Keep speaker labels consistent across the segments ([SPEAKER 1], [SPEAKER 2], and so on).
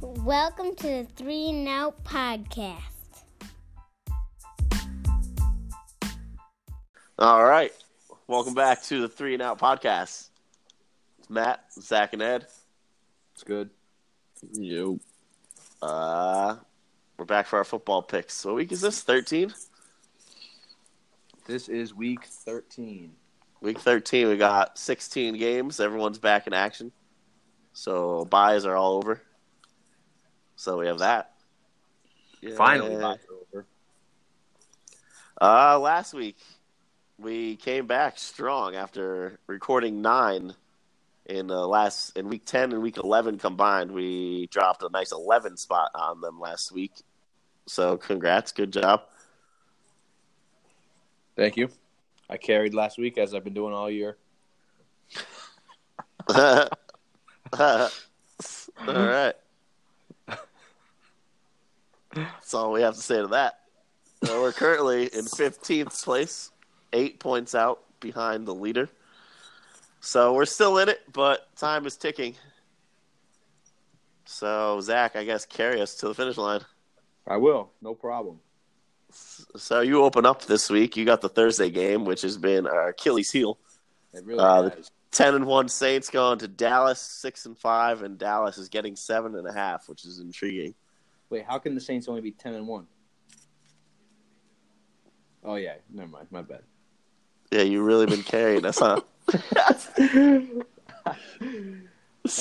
[SPEAKER 1] Welcome to the Three and Out Podcast.
[SPEAKER 2] All right. Welcome back to the Three and Out podcast. It's Matt, Zach, and Ed.
[SPEAKER 3] It's good. Yo.
[SPEAKER 2] Uh, we're back for our football picks. What week is this? 13?
[SPEAKER 3] This is week 13.
[SPEAKER 2] Week 13. We got 16 games. Everyone's back in action. So buys are all over. So we have that.
[SPEAKER 3] Finally,
[SPEAKER 2] Yeah.
[SPEAKER 3] lights are over.
[SPEAKER 2] Uh, last week, we came back strong after recording nine in uh, last in week ten and week eleven combined. We dropped a nice eleven spot on them last week. So congrats, good job.
[SPEAKER 3] Thank you. I carried last week as I've been doing all year.
[SPEAKER 2] All right, that's all we have to say to that. So we're currently in fifteenth place, eight points out behind the leader. So we're still in it, but time is ticking. So Zach, I guess carry us to the finish line.
[SPEAKER 3] I will. No problem.
[SPEAKER 2] So you open up this week. You got the Thursday game, which has been our Achilles heel.
[SPEAKER 3] It really
[SPEAKER 2] Uh, the-
[SPEAKER 3] has.
[SPEAKER 2] ten and one Saints going to Dallas, six and five, and Dallas is getting seven and a half, which is intriguing.
[SPEAKER 3] Wait, how can the Saints only be 10 and 1? Oh, yeah. Never mind. My bad.
[SPEAKER 2] Yeah, you really been carrying us, huh?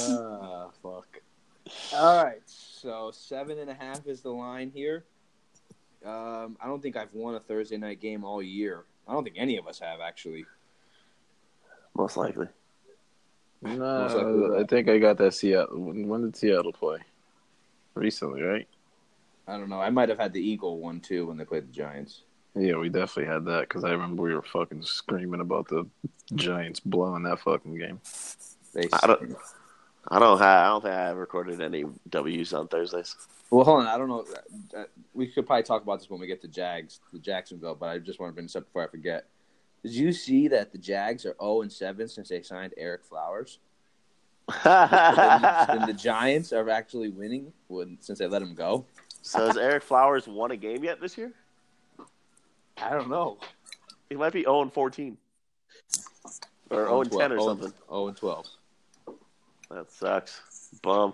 [SPEAKER 3] Ah, fuck. All right. So, seven and a half is the line here. Um, I don't think I've won a Thursday night game all year. I don't think any of us have, actually.
[SPEAKER 2] Most likely.
[SPEAKER 3] Most likely.
[SPEAKER 4] No, I think I got that Seattle. When, when did Seattle play? Recently, right?
[SPEAKER 3] I don't know. I might have had the Eagle one too when they played the Giants.
[SPEAKER 4] Yeah, we definitely had that because I remember we were fucking screaming about the Giants blowing that fucking game.
[SPEAKER 3] They
[SPEAKER 2] I don't- I don't have. I don't think I have recorded any W's on Thursdays.
[SPEAKER 3] Well, hold on. I don't know. Uh, We could probably talk about this when we get to Jags, the Jacksonville. But I just want to bring this up before I forget. Did you see that the Jags are zero and seven since they signed Eric Flowers? And the- and the Giants are actually winning when, since they let him go.
[SPEAKER 2] so has Eric Flowers won a game yet this year?
[SPEAKER 3] I don't know.
[SPEAKER 2] He might be zero and fourteen or zero
[SPEAKER 3] Oh
[SPEAKER 2] and ten or something.
[SPEAKER 3] Zero and twelve.
[SPEAKER 2] That sucks. Bum.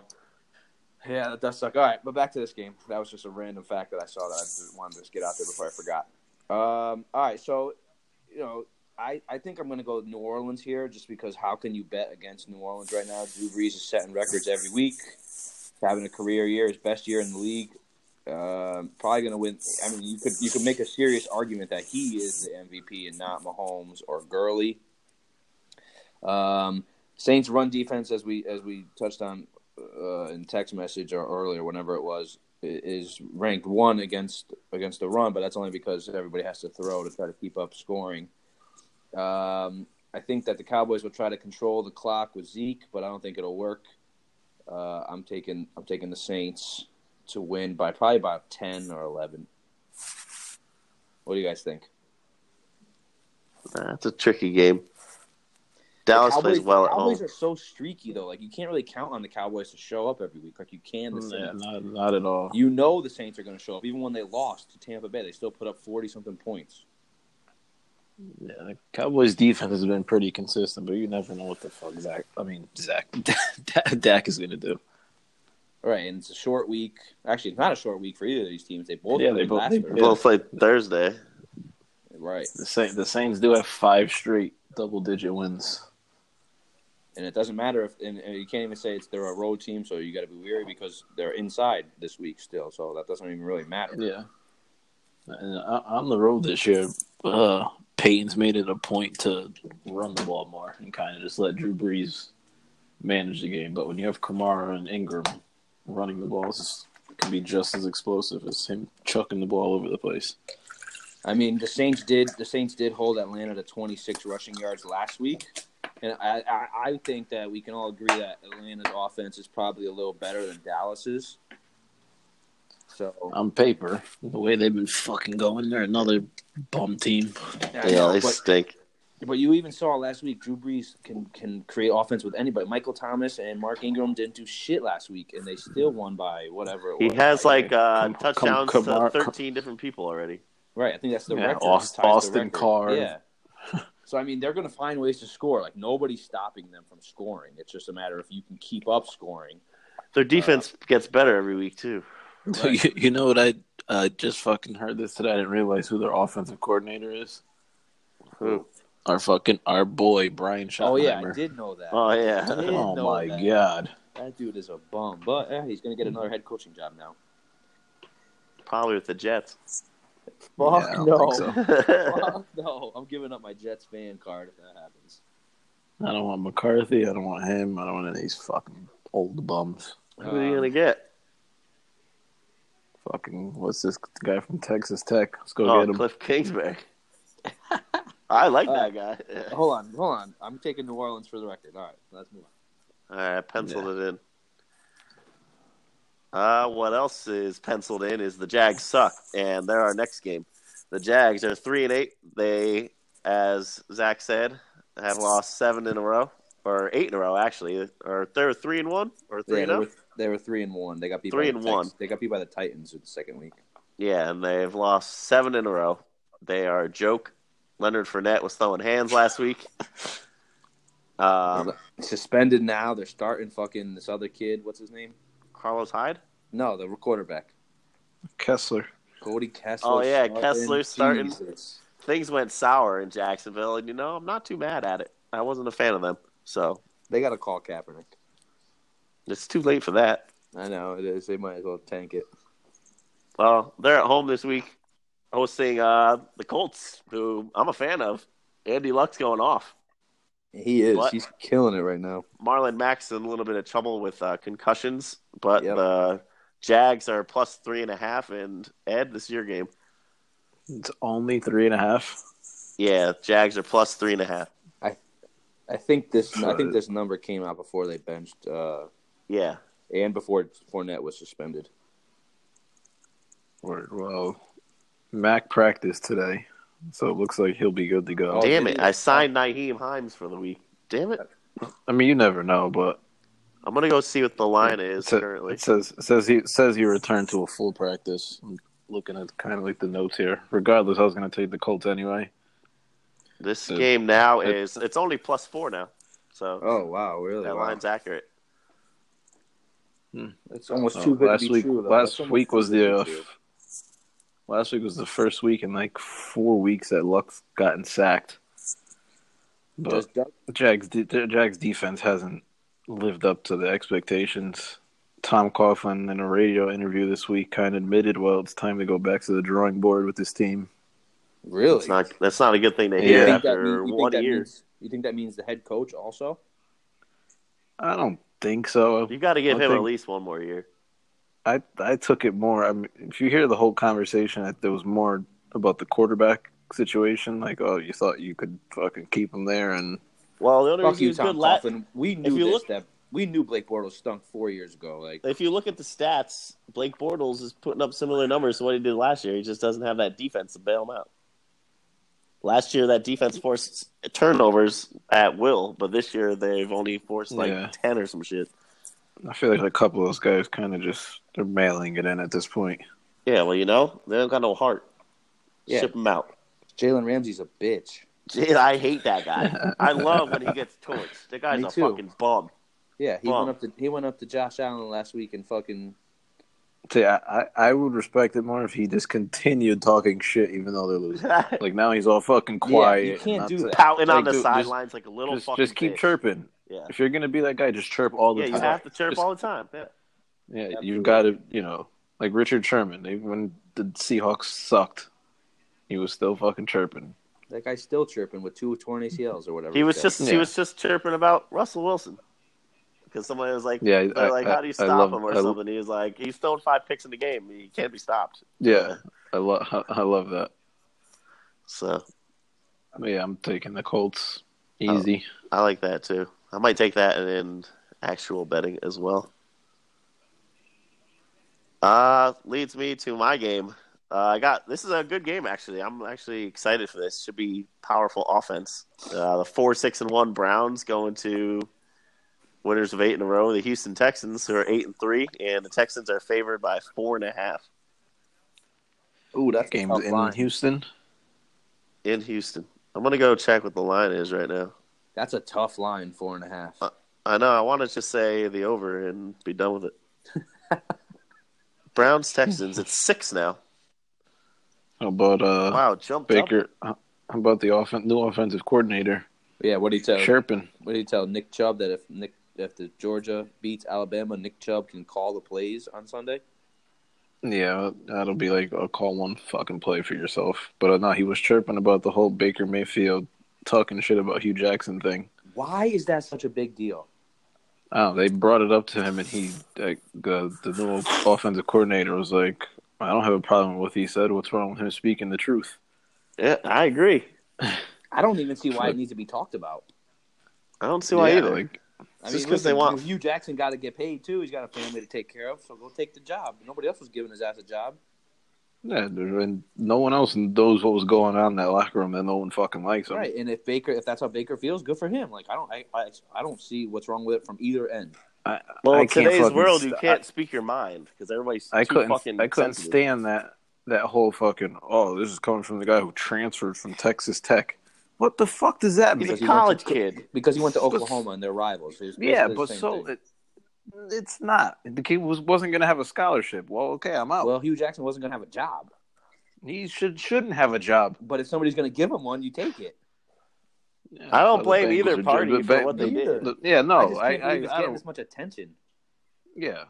[SPEAKER 3] Yeah, that does suck. All right, but back to this game. That was just a random fact that I saw that I just wanted to just get out there before I forgot. Um, all right, so you know, I, I think I'm going to go with New Orleans here, just because how can you bet against New Orleans right now? Drew Brees is setting records every week, He's having a career year, his best year in the league. Um, probably going to win. I mean, you could you could make a serious argument that he is the MVP and not Mahomes or Gurley. Um, Saints run defense, as we as we touched on uh, in text message or earlier, whenever it was, i- is ranked one against against the run, but that's only because everybody has to throw to try to keep up scoring. Um, I think that the Cowboys will try to control the clock with Zeke, but I don't think it'll work. Uh, I'm taking I'm taking the Saints to win by probably about ten or eleven. What do you guys think?
[SPEAKER 2] That's a tricky game. Dallas
[SPEAKER 3] The Cowboys,
[SPEAKER 2] plays well
[SPEAKER 3] the
[SPEAKER 2] at home.
[SPEAKER 3] Cowboys are so streaky though; like you can't really count on the Cowboys to show up every week, like you can the
[SPEAKER 2] Mm,
[SPEAKER 3] Saints.
[SPEAKER 4] Yeah, not, not at all.
[SPEAKER 3] You know the Saints are going to show up. Even when they lost to Tampa Bay, they still put up 40 something points.
[SPEAKER 4] Yeah, the Cowboys' defense has been pretty consistent, but you never know what the fuck Zach. I mean, Zach Dak is gonna do.
[SPEAKER 3] All right, and it's a short week. Actually, it's not a short week for either of these teams. They both
[SPEAKER 4] Yeah,
[SPEAKER 3] played
[SPEAKER 4] they both-
[SPEAKER 3] last
[SPEAKER 4] they
[SPEAKER 3] Thursday.
[SPEAKER 4] both-
[SPEAKER 2] We'll play Thursday.
[SPEAKER 3] Right,
[SPEAKER 4] The Saints, the Saints do have five straight double-digit wins.
[SPEAKER 3] and it doesn't matter if and, and you can't even say it's they're a road team, so you got to be weary because they're inside this week still. So that doesn't even really matter.
[SPEAKER 4] Yeah. And o- on the road this year, uh, Payton's made it a point to run the ball more and kind of just let Drew Brees manage the game. But when you have Kamara and Ingram running the ball, is can be just as explosive as him chucking the ball all over the place.
[SPEAKER 3] I mean, the Saints did the Saints did hold Atlanta to 26 rushing yards last week, and I, I, I think that we can all agree that Atlanta's offense is probably a little better than Dallas's. So
[SPEAKER 2] Uh,
[SPEAKER 4] On paper, the way they've been fucking going, they're another bum team.
[SPEAKER 3] I
[SPEAKER 2] Yeah,
[SPEAKER 3] know,
[SPEAKER 2] they
[SPEAKER 3] but
[SPEAKER 2] stink.
[SPEAKER 3] But you even saw last week Drew Brees can can create offense with anybody. Michael Thomas and Mark Ingram didn't do shit last week, and they still won by whatever. It
[SPEAKER 2] He
[SPEAKER 3] was.
[SPEAKER 2] has like uh,
[SPEAKER 4] Come- come-
[SPEAKER 2] touchdowns
[SPEAKER 4] come
[SPEAKER 2] to
[SPEAKER 4] on, come-
[SPEAKER 2] 13 different people already.
[SPEAKER 3] right. I think that's the
[SPEAKER 4] Yeah,
[SPEAKER 3] record.
[SPEAKER 4] Aus-
[SPEAKER 3] It ties the
[SPEAKER 4] Austin
[SPEAKER 3] record.
[SPEAKER 4] Carr.
[SPEAKER 3] Yeah. So I mean, they're going to find ways to score. Like nobody's stopping them from scoring. It's just a matter if you can keep up scoring.
[SPEAKER 2] Their
[SPEAKER 4] Uh,
[SPEAKER 2] defense gets better every week too.
[SPEAKER 4] You, you know what? I uh, just fucking heard this today. I didn't realize who their offensive coordinator is.
[SPEAKER 2] Who?
[SPEAKER 4] Our fucking our boy Brian Schottenheimer.
[SPEAKER 3] Oh yeah, I did know that.
[SPEAKER 2] Oh yeah.
[SPEAKER 3] didn't
[SPEAKER 4] Oh
[SPEAKER 3] know
[SPEAKER 4] my
[SPEAKER 3] that.
[SPEAKER 4] god.
[SPEAKER 3] That dude is a bum, but eh, he's going to get
[SPEAKER 4] Hmm.
[SPEAKER 3] another head coaching job now.
[SPEAKER 2] Probably with the Jets.
[SPEAKER 3] Fuck
[SPEAKER 4] Yeah, I don't
[SPEAKER 3] no.
[SPEAKER 4] think so.
[SPEAKER 3] Fuck no. I'm giving up my Jets fan card if that happens.
[SPEAKER 4] I don't want McCarthy. I don't want him. I don't want any of these fucking old bums.
[SPEAKER 2] Who are you
[SPEAKER 3] Um,
[SPEAKER 2] gonna get?
[SPEAKER 4] Fucking what's this guy from Texas Tech? Let's go
[SPEAKER 2] Oh,
[SPEAKER 4] get him.
[SPEAKER 2] Cliff Kingsbury. I like
[SPEAKER 3] Uh,
[SPEAKER 2] that guy.
[SPEAKER 3] Hold on, hold on. I'm taking New Orleans for the record. All right, let's move on.
[SPEAKER 2] All right, I penciled it in. Uh, what else is penciled in is the Jags suck, and they're our next game. The Jags are three and eight. They, as Zach said, have lost seven in a row, or eight in a row actually, or they're three and one, or three
[SPEAKER 3] Yeah,
[SPEAKER 2] and
[SPEAKER 3] they,
[SPEAKER 2] oh?
[SPEAKER 3] were, they were three and one. They got beat
[SPEAKER 2] Three and
[SPEAKER 3] by the Tex-
[SPEAKER 2] one.
[SPEAKER 3] They got beat by the Titans in the second week.
[SPEAKER 2] Yeah, and they've lost seven in a row. They are a joke. Leonard Fournette was throwing hands last week. Um,
[SPEAKER 3] Suspended now. They're starting fucking this other kid. What's his name?
[SPEAKER 2] Carlos Hyde.
[SPEAKER 3] No, the quarterback,
[SPEAKER 4] Kessler.
[SPEAKER 3] Cody Kessler.
[SPEAKER 2] Oh, yeah, Kessler starting.
[SPEAKER 3] Jesus.
[SPEAKER 2] Things went sour in Jacksonville, and you know I'm not too mad at it. I wasn't a fan of them, so
[SPEAKER 3] They got to call Kaepernick.
[SPEAKER 2] it's too late for that.
[SPEAKER 3] I know it is. They might as well tank it.
[SPEAKER 2] Well, they're at home this week, hosting uh, the Colts, who I'm a fan of. Andy Luck's going off.
[SPEAKER 3] He is.
[SPEAKER 2] What?
[SPEAKER 3] He's killing it right now.
[SPEAKER 2] Marlon Mack's in a little bit of trouble with uh, concussions, but
[SPEAKER 3] Yep.
[SPEAKER 2] the Jags are plus three and a half. And Ed, this is your game.
[SPEAKER 4] It's only three and a half.
[SPEAKER 2] Yeah, Jags are plus three and a half.
[SPEAKER 3] I think this. I think this number came out before they benched uh,
[SPEAKER 2] Yeah,
[SPEAKER 3] and before Fournette was suspended.
[SPEAKER 4] Word. Well, Mac practiced today, so it looks like he'll be good to go.
[SPEAKER 3] Oh, Uh,
[SPEAKER 2] damn
[SPEAKER 3] did
[SPEAKER 2] it!
[SPEAKER 3] he?
[SPEAKER 2] I signed Naheem Himes for the week. Damn it!
[SPEAKER 4] I mean, you never know, but
[SPEAKER 2] I'm gonna go see what the line is
[SPEAKER 4] sa-
[SPEAKER 2] currently.
[SPEAKER 4] it says it says he it says he returned to a full practice. I'm looking at kind of like the notes here. Regardless, I was going to take the Colts anyway.
[SPEAKER 2] This
[SPEAKER 4] it-
[SPEAKER 2] game now
[SPEAKER 4] it-
[SPEAKER 2] is it's only plus four now, so
[SPEAKER 3] Oh wow, really?
[SPEAKER 2] that
[SPEAKER 3] Wow.
[SPEAKER 2] line's accurate.
[SPEAKER 3] It's almost
[SPEAKER 4] So
[SPEAKER 3] too good
[SPEAKER 4] Oh, last
[SPEAKER 3] to be
[SPEAKER 4] week,
[SPEAKER 3] true. Though. That's
[SPEAKER 4] last
[SPEAKER 3] almost
[SPEAKER 4] week
[SPEAKER 3] too
[SPEAKER 4] was
[SPEAKER 3] good to
[SPEAKER 4] the
[SPEAKER 3] be
[SPEAKER 4] uh,
[SPEAKER 3] true.
[SPEAKER 4] last week was the first week in like four weeks that Luck's gotten sacked. But
[SPEAKER 3] Does Doug,
[SPEAKER 4] Jags de- the Jags defense hasn't lived up to the expectations. Tom Coughlin in a radio interview this week kind of admitted, well, it's time to go back to the drawing board with this team.
[SPEAKER 3] really?
[SPEAKER 2] It's not that's not a good thing to
[SPEAKER 4] You
[SPEAKER 3] You
[SPEAKER 2] hear
[SPEAKER 4] Yeah.
[SPEAKER 3] think that mean-
[SPEAKER 2] after
[SPEAKER 3] you think
[SPEAKER 2] one
[SPEAKER 3] that
[SPEAKER 2] year.
[SPEAKER 3] means- you think that means the head coach also?
[SPEAKER 4] I don't think so.
[SPEAKER 2] you got to give
[SPEAKER 4] I
[SPEAKER 2] him at
[SPEAKER 4] think-
[SPEAKER 2] least one more year.
[SPEAKER 4] I I took it more. I mean, if you hear the whole conversation, I- there was more about the quarterback situation. Like, oh, you thought you could fucking keep him there, and
[SPEAKER 2] Well, the only
[SPEAKER 3] Fuck
[SPEAKER 2] reason he
[SPEAKER 3] you,
[SPEAKER 2] was good
[SPEAKER 3] Tom
[SPEAKER 2] last.
[SPEAKER 3] Coughlin. We knew
[SPEAKER 2] you
[SPEAKER 3] this.
[SPEAKER 2] look-
[SPEAKER 3] that we knew Blake Bortles stunk four years ago. Like
[SPEAKER 2] If you look at the stats, Blake Bortles is putting up similar numbers to what he did last year. He just doesn't have that defense to bail him out. Last year, that defense forced turnovers at will, but this year they've only forced like
[SPEAKER 4] Yeah.
[SPEAKER 2] ten or some shit.
[SPEAKER 4] I feel like a couple of those guys kind of just they're mailing it in at this point.
[SPEAKER 2] Yeah, well, you know they don't got no heart.
[SPEAKER 3] Yeah.
[SPEAKER 2] Ship him out.
[SPEAKER 3] Jalen Ramsey's a bitch.
[SPEAKER 2] Jeez, I hate that guy. I love when he gets torched. The guy's
[SPEAKER 3] Me
[SPEAKER 2] a
[SPEAKER 3] too.
[SPEAKER 2] fucking bum.
[SPEAKER 3] Yeah, he
[SPEAKER 2] Bum.
[SPEAKER 3] went up to he went up to Josh Allen last week and fucking
[SPEAKER 4] See, I, I I would respect it more if he just continued talking shit, even though they're losing. Like now he's all fucking
[SPEAKER 3] Yeah,
[SPEAKER 4] quiet.
[SPEAKER 3] you
[SPEAKER 4] and
[SPEAKER 3] can't
[SPEAKER 4] not
[SPEAKER 3] do
[SPEAKER 4] to-
[SPEAKER 3] that.
[SPEAKER 2] Pouting on
[SPEAKER 4] Like,
[SPEAKER 2] the
[SPEAKER 4] dude, just-
[SPEAKER 2] sidelines like a little
[SPEAKER 4] Just,
[SPEAKER 2] fucking.
[SPEAKER 4] just keep
[SPEAKER 2] bitch.
[SPEAKER 4] chirping.
[SPEAKER 2] Yeah,
[SPEAKER 4] If you're gonna be that guy, just chirp all the
[SPEAKER 2] yeah. You
[SPEAKER 4] time.
[SPEAKER 2] have to chirp
[SPEAKER 4] Just-
[SPEAKER 2] all the time. Yeah.
[SPEAKER 4] Yeah, you've got to, you know, like Richard Sherman. Even when the Seahawks sucked, he was still fucking chirping.
[SPEAKER 3] that guy's still chirping with two torn ACLs or whatever.
[SPEAKER 2] He was
[SPEAKER 3] said.
[SPEAKER 2] just he
[SPEAKER 4] Yeah.
[SPEAKER 2] was just chirping about Russell Wilson because somebody was like,
[SPEAKER 4] Yeah,
[SPEAKER 2] they're
[SPEAKER 4] I-
[SPEAKER 2] like,
[SPEAKER 4] I-
[SPEAKER 2] how do you
[SPEAKER 4] I
[SPEAKER 2] stop
[SPEAKER 4] love-
[SPEAKER 2] him or
[SPEAKER 4] I-
[SPEAKER 2] something? He was like, he's thrown five picks in the game. He can't be stopped.
[SPEAKER 4] Yeah, I love, I, I love that.
[SPEAKER 2] So
[SPEAKER 4] But yeah, I'm taking the Colts
[SPEAKER 2] Oh.
[SPEAKER 4] easy.
[SPEAKER 2] I like that too. I might take that and in actual betting as well. Uh leads me to my game. Uh, I got this is a good game actually. I'm actually excited for this. Should be powerful offense. Uh, the four six and one Browns going to winners of eight in a row. The Houston Texans who are eight and three, and the Texans are favored by four and a half
[SPEAKER 3] Ooh, that
[SPEAKER 4] Games in Houston.
[SPEAKER 2] in Houston. I'm gonna go check what the line is right now.
[SPEAKER 3] That's a tough line, four and a half.
[SPEAKER 2] Uh, I know. I want to just say the over and be done with it. Browns Texans. It's six now.
[SPEAKER 4] How about uh,
[SPEAKER 2] Wow, jump
[SPEAKER 4] Baker? How about the offen- new offensive coordinator
[SPEAKER 3] yeah, what do you tell?
[SPEAKER 4] chirping?
[SPEAKER 3] What do you tell Nick Chubb that if Nick if the Georgia beats Alabama, Nick Chubb can call the plays on Sunday?
[SPEAKER 4] Yeah, that'll be like a call one fucking play for yourself. But uh, no, he was chirping about the whole Baker Mayfield talking shit about Hugh Jackson thing.
[SPEAKER 3] Why is that such a big deal?
[SPEAKER 4] Oh, they brought it up to him, and he, like, the the new offensive coordinator was like, "I don't have a problem with what he said. What's wrong with him speaking the truth?"
[SPEAKER 2] Yeah, I agree.
[SPEAKER 3] I don't even see why it needs to be talked about.
[SPEAKER 2] I don't see why
[SPEAKER 4] Yeah,
[SPEAKER 2] either.
[SPEAKER 4] Like,
[SPEAKER 3] I
[SPEAKER 2] Just
[SPEAKER 3] mean,
[SPEAKER 2] 'cause they
[SPEAKER 3] listen,
[SPEAKER 2] want-
[SPEAKER 3] Hugh Jackson got to get paid too. He's got a family to take care of, so go take the job. Nobody else was giving his ass a job.
[SPEAKER 4] yeah, there- and no one else knows what was going on in that locker room, and no one fucking likes him.
[SPEAKER 3] Right, and if Baker, if that's how Baker feels, good for him. Like I don't, I, I, I don't see what's wrong with it from either end.
[SPEAKER 4] I,
[SPEAKER 2] Well,
[SPEAKER 4] I
[SPEAKER 2] in
[SPEAKER 4] can't
[SPEAKER 2] today's
[SPEAKER 4] fucking
[SPEAKER 2] world, you
[SPEAKER 4] st-
[SPEAKER 2] can't speak your mind because everybody's
[SPEAKER 4] I
[SPEAKER 2] too
[SPEAKER 4] couldn't.
[SPEAKER 2] fucking.
[SPEAKER 4] I couldn't
[SPEAKER 2] sensitive.
[SPEAKER 4] stand that that whole fucking. Oh, this is coming from the guy who transferred from Texas Tech. What the fuck does that
[SPEAKER 2] He's
[SPEAKER 4] mean?
[SPEAKER 3] Because
[SPEAKER 2] a
[SPEAKER 3] he went to
[SPEAKER 2] college
[SPEAKER 3] Cl-
[SPEAKER 2] kid.
[SPEAKER 3] Because he went to Oklahoma and they're rivals. It's basically
[SPEAKER 4] Yeah,
[SPEAKER 3] the
[SPEAKER 4] but
[SPEAKER 3] same
[SPEAKER 4] so
[SPEAKER 3] thing.
[SPEAKER 4] it, it's not. The kid was wasn't going to have a scholarship. Well, okay, I'm out.
[SPEAKER 3] well, Hugh Jackson wasn't going to have a job,
[SPEAKER 4] he should shouldn't have a job.
[SPEAKER 3] but if somebody's going to give him one, you take it.
[SPEAKER 2] I don't
[SPEAKER 4] So the
[SPEAKER 2] blame
[SPEAKER 4] Bengals
[SPEAKER 2] either
[SPEAKER 4] are doing-
[SPEAKER 2] party
[SPEAKER 4] but
[SPEAKER 2] for
[SPEAKER 4] Beng-
[SPEAKER 2] what they
[SPEAKER 3] Me
[SPEAKER 2] did.
[SPEAKER 3] either.
[SPEAKER 4] the- yeah,
[SPEAKER 3] I
[SPEAKER 4] no,
[SPEAKER 3] just
[SPEAKER 4] Oh, I,
[SPEAKER 3] can't
[SPEAKER 4] I,
[SPEAKER 3] believe it's
[SPEAKER 4] I
[SPEAKER 3] getting
[SPEAKER 4] don't.
[SPEAKER 3] this much attention.
[SPEAKER 4] Yeah.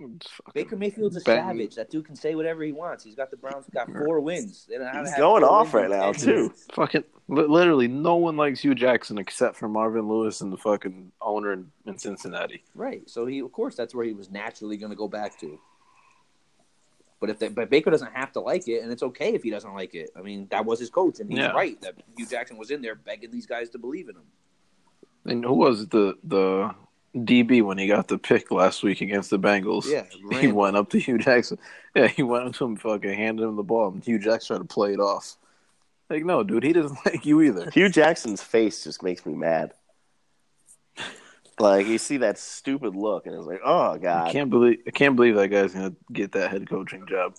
[SPEAKER 4] It's fucking-
[SPEAKER 3] Baker Mayfield's a
[SPEAKER 4] Ben-
[SPEAKER 3] savage. That dude can say whatever he wants. He's got the Browns got four wins. They don't have to
[SPEAKER 2] He's
[SPEAKER 3] have
[SPEAKER 2] going
[SPEAKER 3] four
[SPEAKER 2] off
[SPEAKER 3] wins
[SPEAKER 2] right
[SPEAKER 3] in
[SPEAKER 2] now
[SPEAKER 3] 10
[SPEAKER 2] too.
[SPEAKER 3] years.
[SPEAKER 4] Fucking li- literally, no one likes Hugh Jackson except for Marvin Lewis and the fucking owner in, in Cincinnati.
[SPEAKER 3] Right. So he, of course, that's where he was naturally going to go back to. But if they, but Baker doesn't have to like it, and it's okay if he doesn't like it. I mean, that was his coach, and he's
[SPEAKER 4] Yeah.
[SPEAKER 3] right that Hugh Jackson was in there begging these guys to believe in him.
[SPEAKER 4] And who was the the DB when he got the pick last week against the Bengals?
[SPEAKER 3] Yeah,
[SPEAKER 4] he
[SPEAKER 3] Randall.
[SPEAKER 4] went up to Hugh Jackson. Yeah, he went up to him, fucking handed him the ball, and Hugh Jackson tried to play it off. Like, no, dude, he doesn't like you either.
[SPEAKER 2] Hugh Jackson's face just makes me mad. Like you see that stupid look, and it's like, oh
[SPEAKER 4] I
[SPEAKER 2] god,
[SPEAKER 4] can't believe I can't believe that guy's gonna get that head coaching job.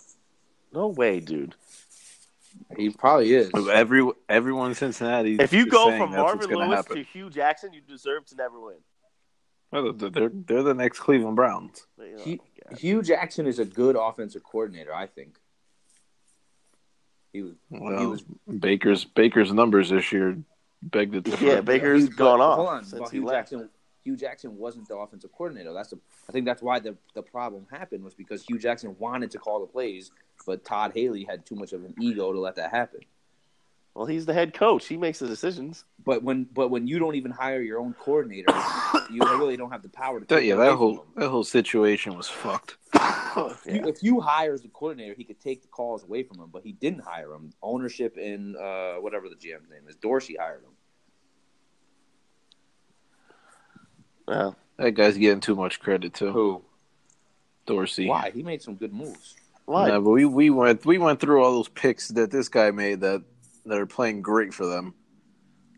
[SPEAKER 2] no way, dude.
[SPEAKER 3] He probably is.
[SPEAKER 4] Every everyone in Cincinnati.
[SPEAKER 2] If you
[SPEAKER 4] is
[SPEAKER 2] go
[SPEAKER 4] saying
[SPEAKER 2] from
[SPEAKER 4] that's what's
[SPEAKER 2] Marvin
[SPEAKER 4] gonna
[SPEAKER 2] Lewis
[SPEAKER 4] happen.
[SPEAKER 2] to Hugh Jackson, you deserve to never win.
[SPEAKER 4] Well, they're, they're they're the next Cleveland Browns.
[SPEAKER 2] But, you know,
[SPEAKER 3] Hugh,
[SPEAKER 2] yeah.
[SPEAKER 3] Hugh Jackson is a good offensive coordinator, I think. He was,
[SPEAKER 4] Well,
[SPEAKER 3] he was
[SPEAKER 4] Baker's Baker's numbers this year beg to differ.
[SPEAKER 2] Yeah, Baker's
[SPEAKER 3] Hugh-
[SPEAKER 2] gone
[SPEAKER 3] but
[SPEAKER 2] off
[SPEAKER 3] Hold on,
[SPEAKER 2] since
[SPEAKER 3] but
[SPEAKER 2] he
[SPEAKER 3] Hugh
[SPEAKER 2] left.
[SPEAKER 3] Jackson. Hugh Jackson wasn't the offensive coordinator. That's the. I think that's why the the problem happened was because Hugh Jackson wanted to call the plays, but Todd Haley had too much of an ego to let that happen.
[SPEAKER 2] Well, he's the head coach. He makes the decisions.
[SPEAKER 3] But when but when you don't even hire your own coordinator, you really don't have the power to.
[SPEAKER 4] That,
[SPEAKER 3] take
[SPEAKER 4] yeah,
[SPEAKER 3] away
[SPEAKER 4] that
[SPEAKER 3] from
[SPEAKER 4] whole
[SPEAKER 3] him.
[SPEAKER 4] that whole situation was fucked.
[SPEAKER 2] Yeah.
[SPEAKER 3] You, if you hire the coordinator, he could take the calls away from him, but he didn't hire him. Ownership and uh, whatever the GM's name is, Dorsey hired him.
[SPEAKER 2] Well,
[SPEAKER 4] That guy's getting too much credit too.
[SPEAKER 3] Who?
[SPEAKER 4] Dorsey.
[SPEAKER 3] Why? He made some good moves.
[SPEAKER 2] why?
[SPEAKER 4] Yeah, but we, we went we went through all those picks that this guy made that that are playing great for them.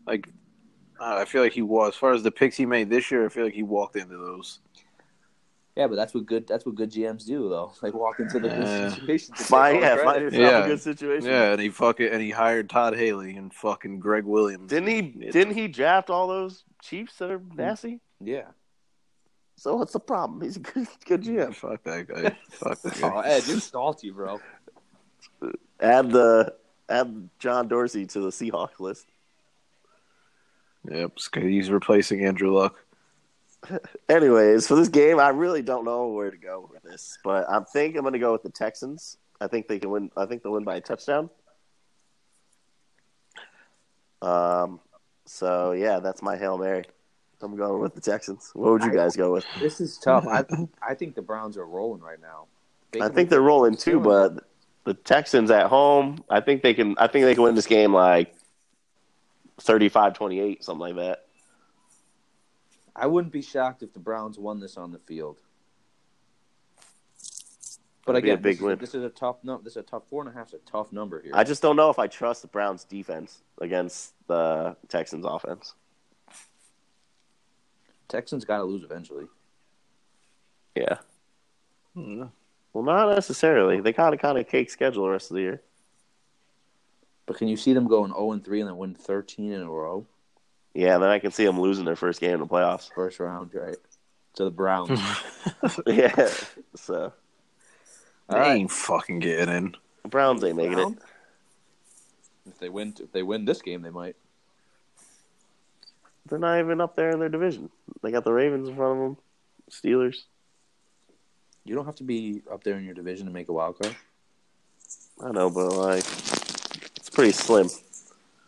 [SPEAKER 4] Like, uh, I feel like he was as far as the picks he made this year. I feel like he walked into those.
[SPEAKER 3] Yeah, but that's what good that's what good GMs do though. They walk into the
[SPEAKER 4] Yeah.
[SPEAKER 3] situation. to
[SPEAKER 2] Find,
[SPEAKER 3] take all
[SPEAKER 2] yeah,
[SPEAKER 3] the
[SPEAKER 2] find
[SPEAKER 3] credit.
[SPEAKER 2] yourself
[SPEAKER 4] Yeah.
[SPEAKER 2] a good situation.
[SPEAKER 4] Yeah, and he fucking and he hired Todd Haley and fucking Greg Williams.
[SPEAKER 2] Didn't he? Didn't he draft all those Chiefs that are nasty?
[SPEAKER 3] yeah.
[SPEAKER 2] So what's the problem? He's a good, good
[SPEAKER 4] Yeah,
[SPEAKER 2] GM.
[SPEAKER 4] fuck that guy. fuck that
[SPEAKER 3] Oh,
[SPEAKER 4] guy.
[SPEAKER 3] Ed, you're salty, bro.
[SPEAKER 2] Add the add John Dorsey to the Seahawks list.
[SPEAKER 4] Yep, 'cause he's replacing Andrew Luck.
[SPEAKER 2] Anyways, for this game, I really don't know where to go with this, but I think I'm going to go with the Texans. I think they can win. I think they'll win by a touchdown. Um. So yeah, that's my hail mary. I'm going with the Texans. What would you guys go with?
[SPEAKER 3] This is tough. I I think the Browns are rolling right now.
[SPEAKER 2] I think they're rolling too, but the Texans at home, I think they can. I think they can win this game like 35-28, something like that.
[SPEAKER 3] I wouldn't be shocked if the Browns won this on the field. But
[SPEAKER 2] It'd be a big
[SPEAKER 3] again, this, is-
[SPEAKER 2] win.
[SPEAKER 3] this is a tough number. This is a tough four and a half. Is a tough number here.
[SPEAKER 2] I just don't know if I trust the Browns defense against the Texans offense.
[SPEAKER 3] Texans got to lose eventually.
[SPEAKER 2] Yeah.
[SPEAKER 3] Mm-hmm.
[SPEAKER 2] Well, not necessarily. They kind of kind of cake schedule the rest of the year.
[SPEAKER 3] But can you see them going zero and three and then win thirteen in a row?
[SPEAKER 2] Yeah, then I can see them losing their first game in the playoffs.
[SPEAKER 3] First round, right? To the Browns.
[SPEAKER 2] yeah. So
[SPEAKER 3] All
[SPEAKER 4] They
[SPEAKER 3] right.
[SPEAKER 4] ain't fucking getting in.
[SPEAKER 2] the Browns ain't making
[SPEAKER 3] Brown?
[SPEAKER 2] it.
[SPEAKER 3] If they win, if they win this game, they might.
[SPEAKER 2] They're not even up there in their division. They got the Ravens in front of them, Steelers.
[SPEAKER 3] You don't have to be up there in your division to make a wild card.
[SPEAKER 2] I know, but like, it's pretty slim.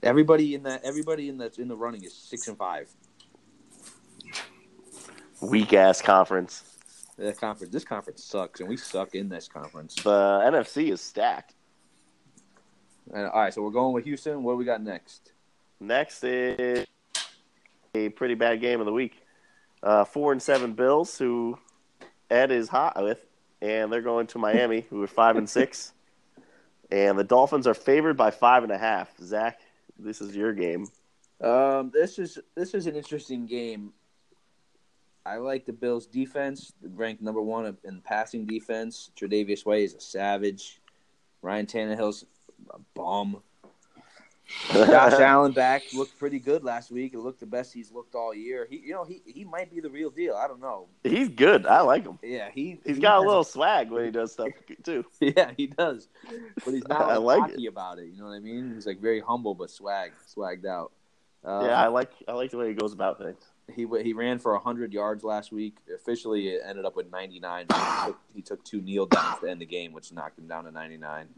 [SPEAKER 3] Everybody in that, everybody in that's in the running is six and five.
[SPEAKER 2] Weak ass conference.
[SPEAKER 3] That conference, this conference sucks, and we suck in this conference.
[SPEAKER 2] The NFC is stacked.
[SPEAKER 3] And, all right, so we're going with Houston. What do we got next?
[SPEAKER 2] Next is a pretty bad game of the week. Uh, four and seven Bills, who Ed is hot with, and they're going to Miami, who are five and six. And the Dolphins are favored by five and a half. Zach, this is your game.
[SPEAKER 3] Um, this is this is an interesting game. I like the Bills' defense, ranked number one in passing defense. Tre'Davious White is a savage. Ryan Tannehill's a bomb. Josh Allen back looked pretty good last week. It looked the best he's looked all year. He, you know, he he might be the real deal. I don't know.
[SPEAKER 2] He's good. I like him.
[SPEAKER 3] Yeah, he
[SPEAKER 2] He's
[SPEAKER 3] he
[SPEAKER 2] got a
[SPEAKER 3] has-
[SPEAKER 2] little swag when he does stuff too.
[SPEAKER 3] Yeah, he does, but he's not
[SPEAKER 2] I
[SPEAKER 3] like,
[SPEAKER 2] like
[SPEAKER 3] cocky about it. You know what I mean? He's like very humble but swag swagged out. Um,
[SPEAKER 2] Yeah, I like I like the way he goes about things.
[SPEAKER 3] he wa- he ran for 100 yards last week. Officially, it ended up with 99. He took, he took two kneel downs to end the game, which knocked him down to 99.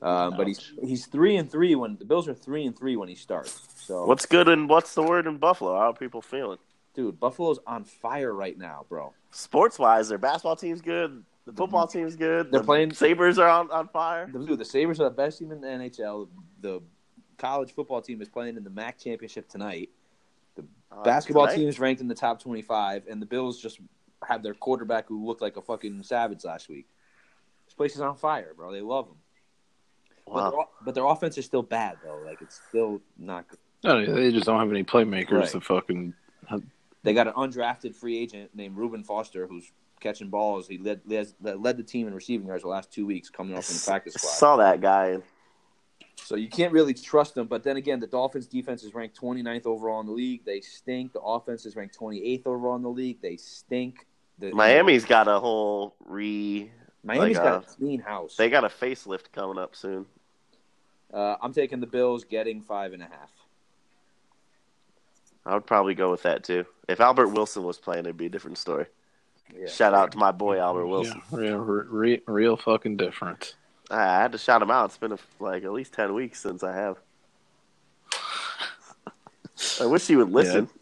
[SPEAKER 3] Um, but he's he's three and three when the Bills are three and three when he starts. So,
[SPEAKER 2] What's good and what's the word in Buffalo? How are people feeling?
[SPEAKER 3] dude, Buffalo's on fire right now, bro.
[SPEAKER 2] Sports wise, their basketball team's good. The football team's good.
[SPEAKER 3] They're
[SPEAKER 2] the
[SPEAKER 3] playing-
[SPEAKER 2] Sabers are on, on fire.
[SPEAKER 3] The, dude, the Sabers are the best team in the NHL. The college football team is playing in the MAC championship tonight.
[SPEAKER 2] Uh,
[SPEAKER 3] Basketball
[SPEAKER 2] tonight-
[SPEAKER 3] team is ranked in the top 25, and the Bills just have their quarterback who looked like a fucking savage last week. This place is on fire, bro. They love him. But,
[SPEAKER 2] Wow.
[SPEAKER 3] their, but their offense is still bad though. Like it's still not. good.
[SPEAKER 4] No, they just don't have any playmakers
[SPEAKER 3] Right.
[SPEAKER 4] to fucking.
[SPEAKER 3] They got an undrafted free agent named Reuben Foster who's catching balls. He led led, led the team in receiving yards the last two weeks, coming off from the practice
[SPEAKER 2] I
[SPEAKER 3] squad.
[SPEAKER 2] Saw that guy.
[SPEAKER 3] So you can't really trust them. But then again, the Dolphins defense is ranked 29th overall in the league. They stink. The offense is ranked 28th overall in the league. They stink. The,
[SPEAKER 2] Miami's got a whole re.
[SPEAKER 3] Miami's
[SPEAKER 2] like,
[SPEAKER 3] got
[SPEAKER 2] uh,
[SPEAKER 3] a clean house.
[SPEAKER 2] They got a facelift coming up soon.
[SPEAKER 3] uh, I'm taking the Bills, getting five and a half.
[SPEAKER 2] I would probably go with that too. If Albert Wilson was playing, it'd be a different story.
[SPEAKER 3] Yeah.
[SPEAKER 2] Shout out to my boy Albert Wilson.
[SPEAKER 4] Yeah, real, re- real fucking difference.
[SPEAKER 2] I had to shout him out. It's been like at least ten weeks since I have. I wish he would listen.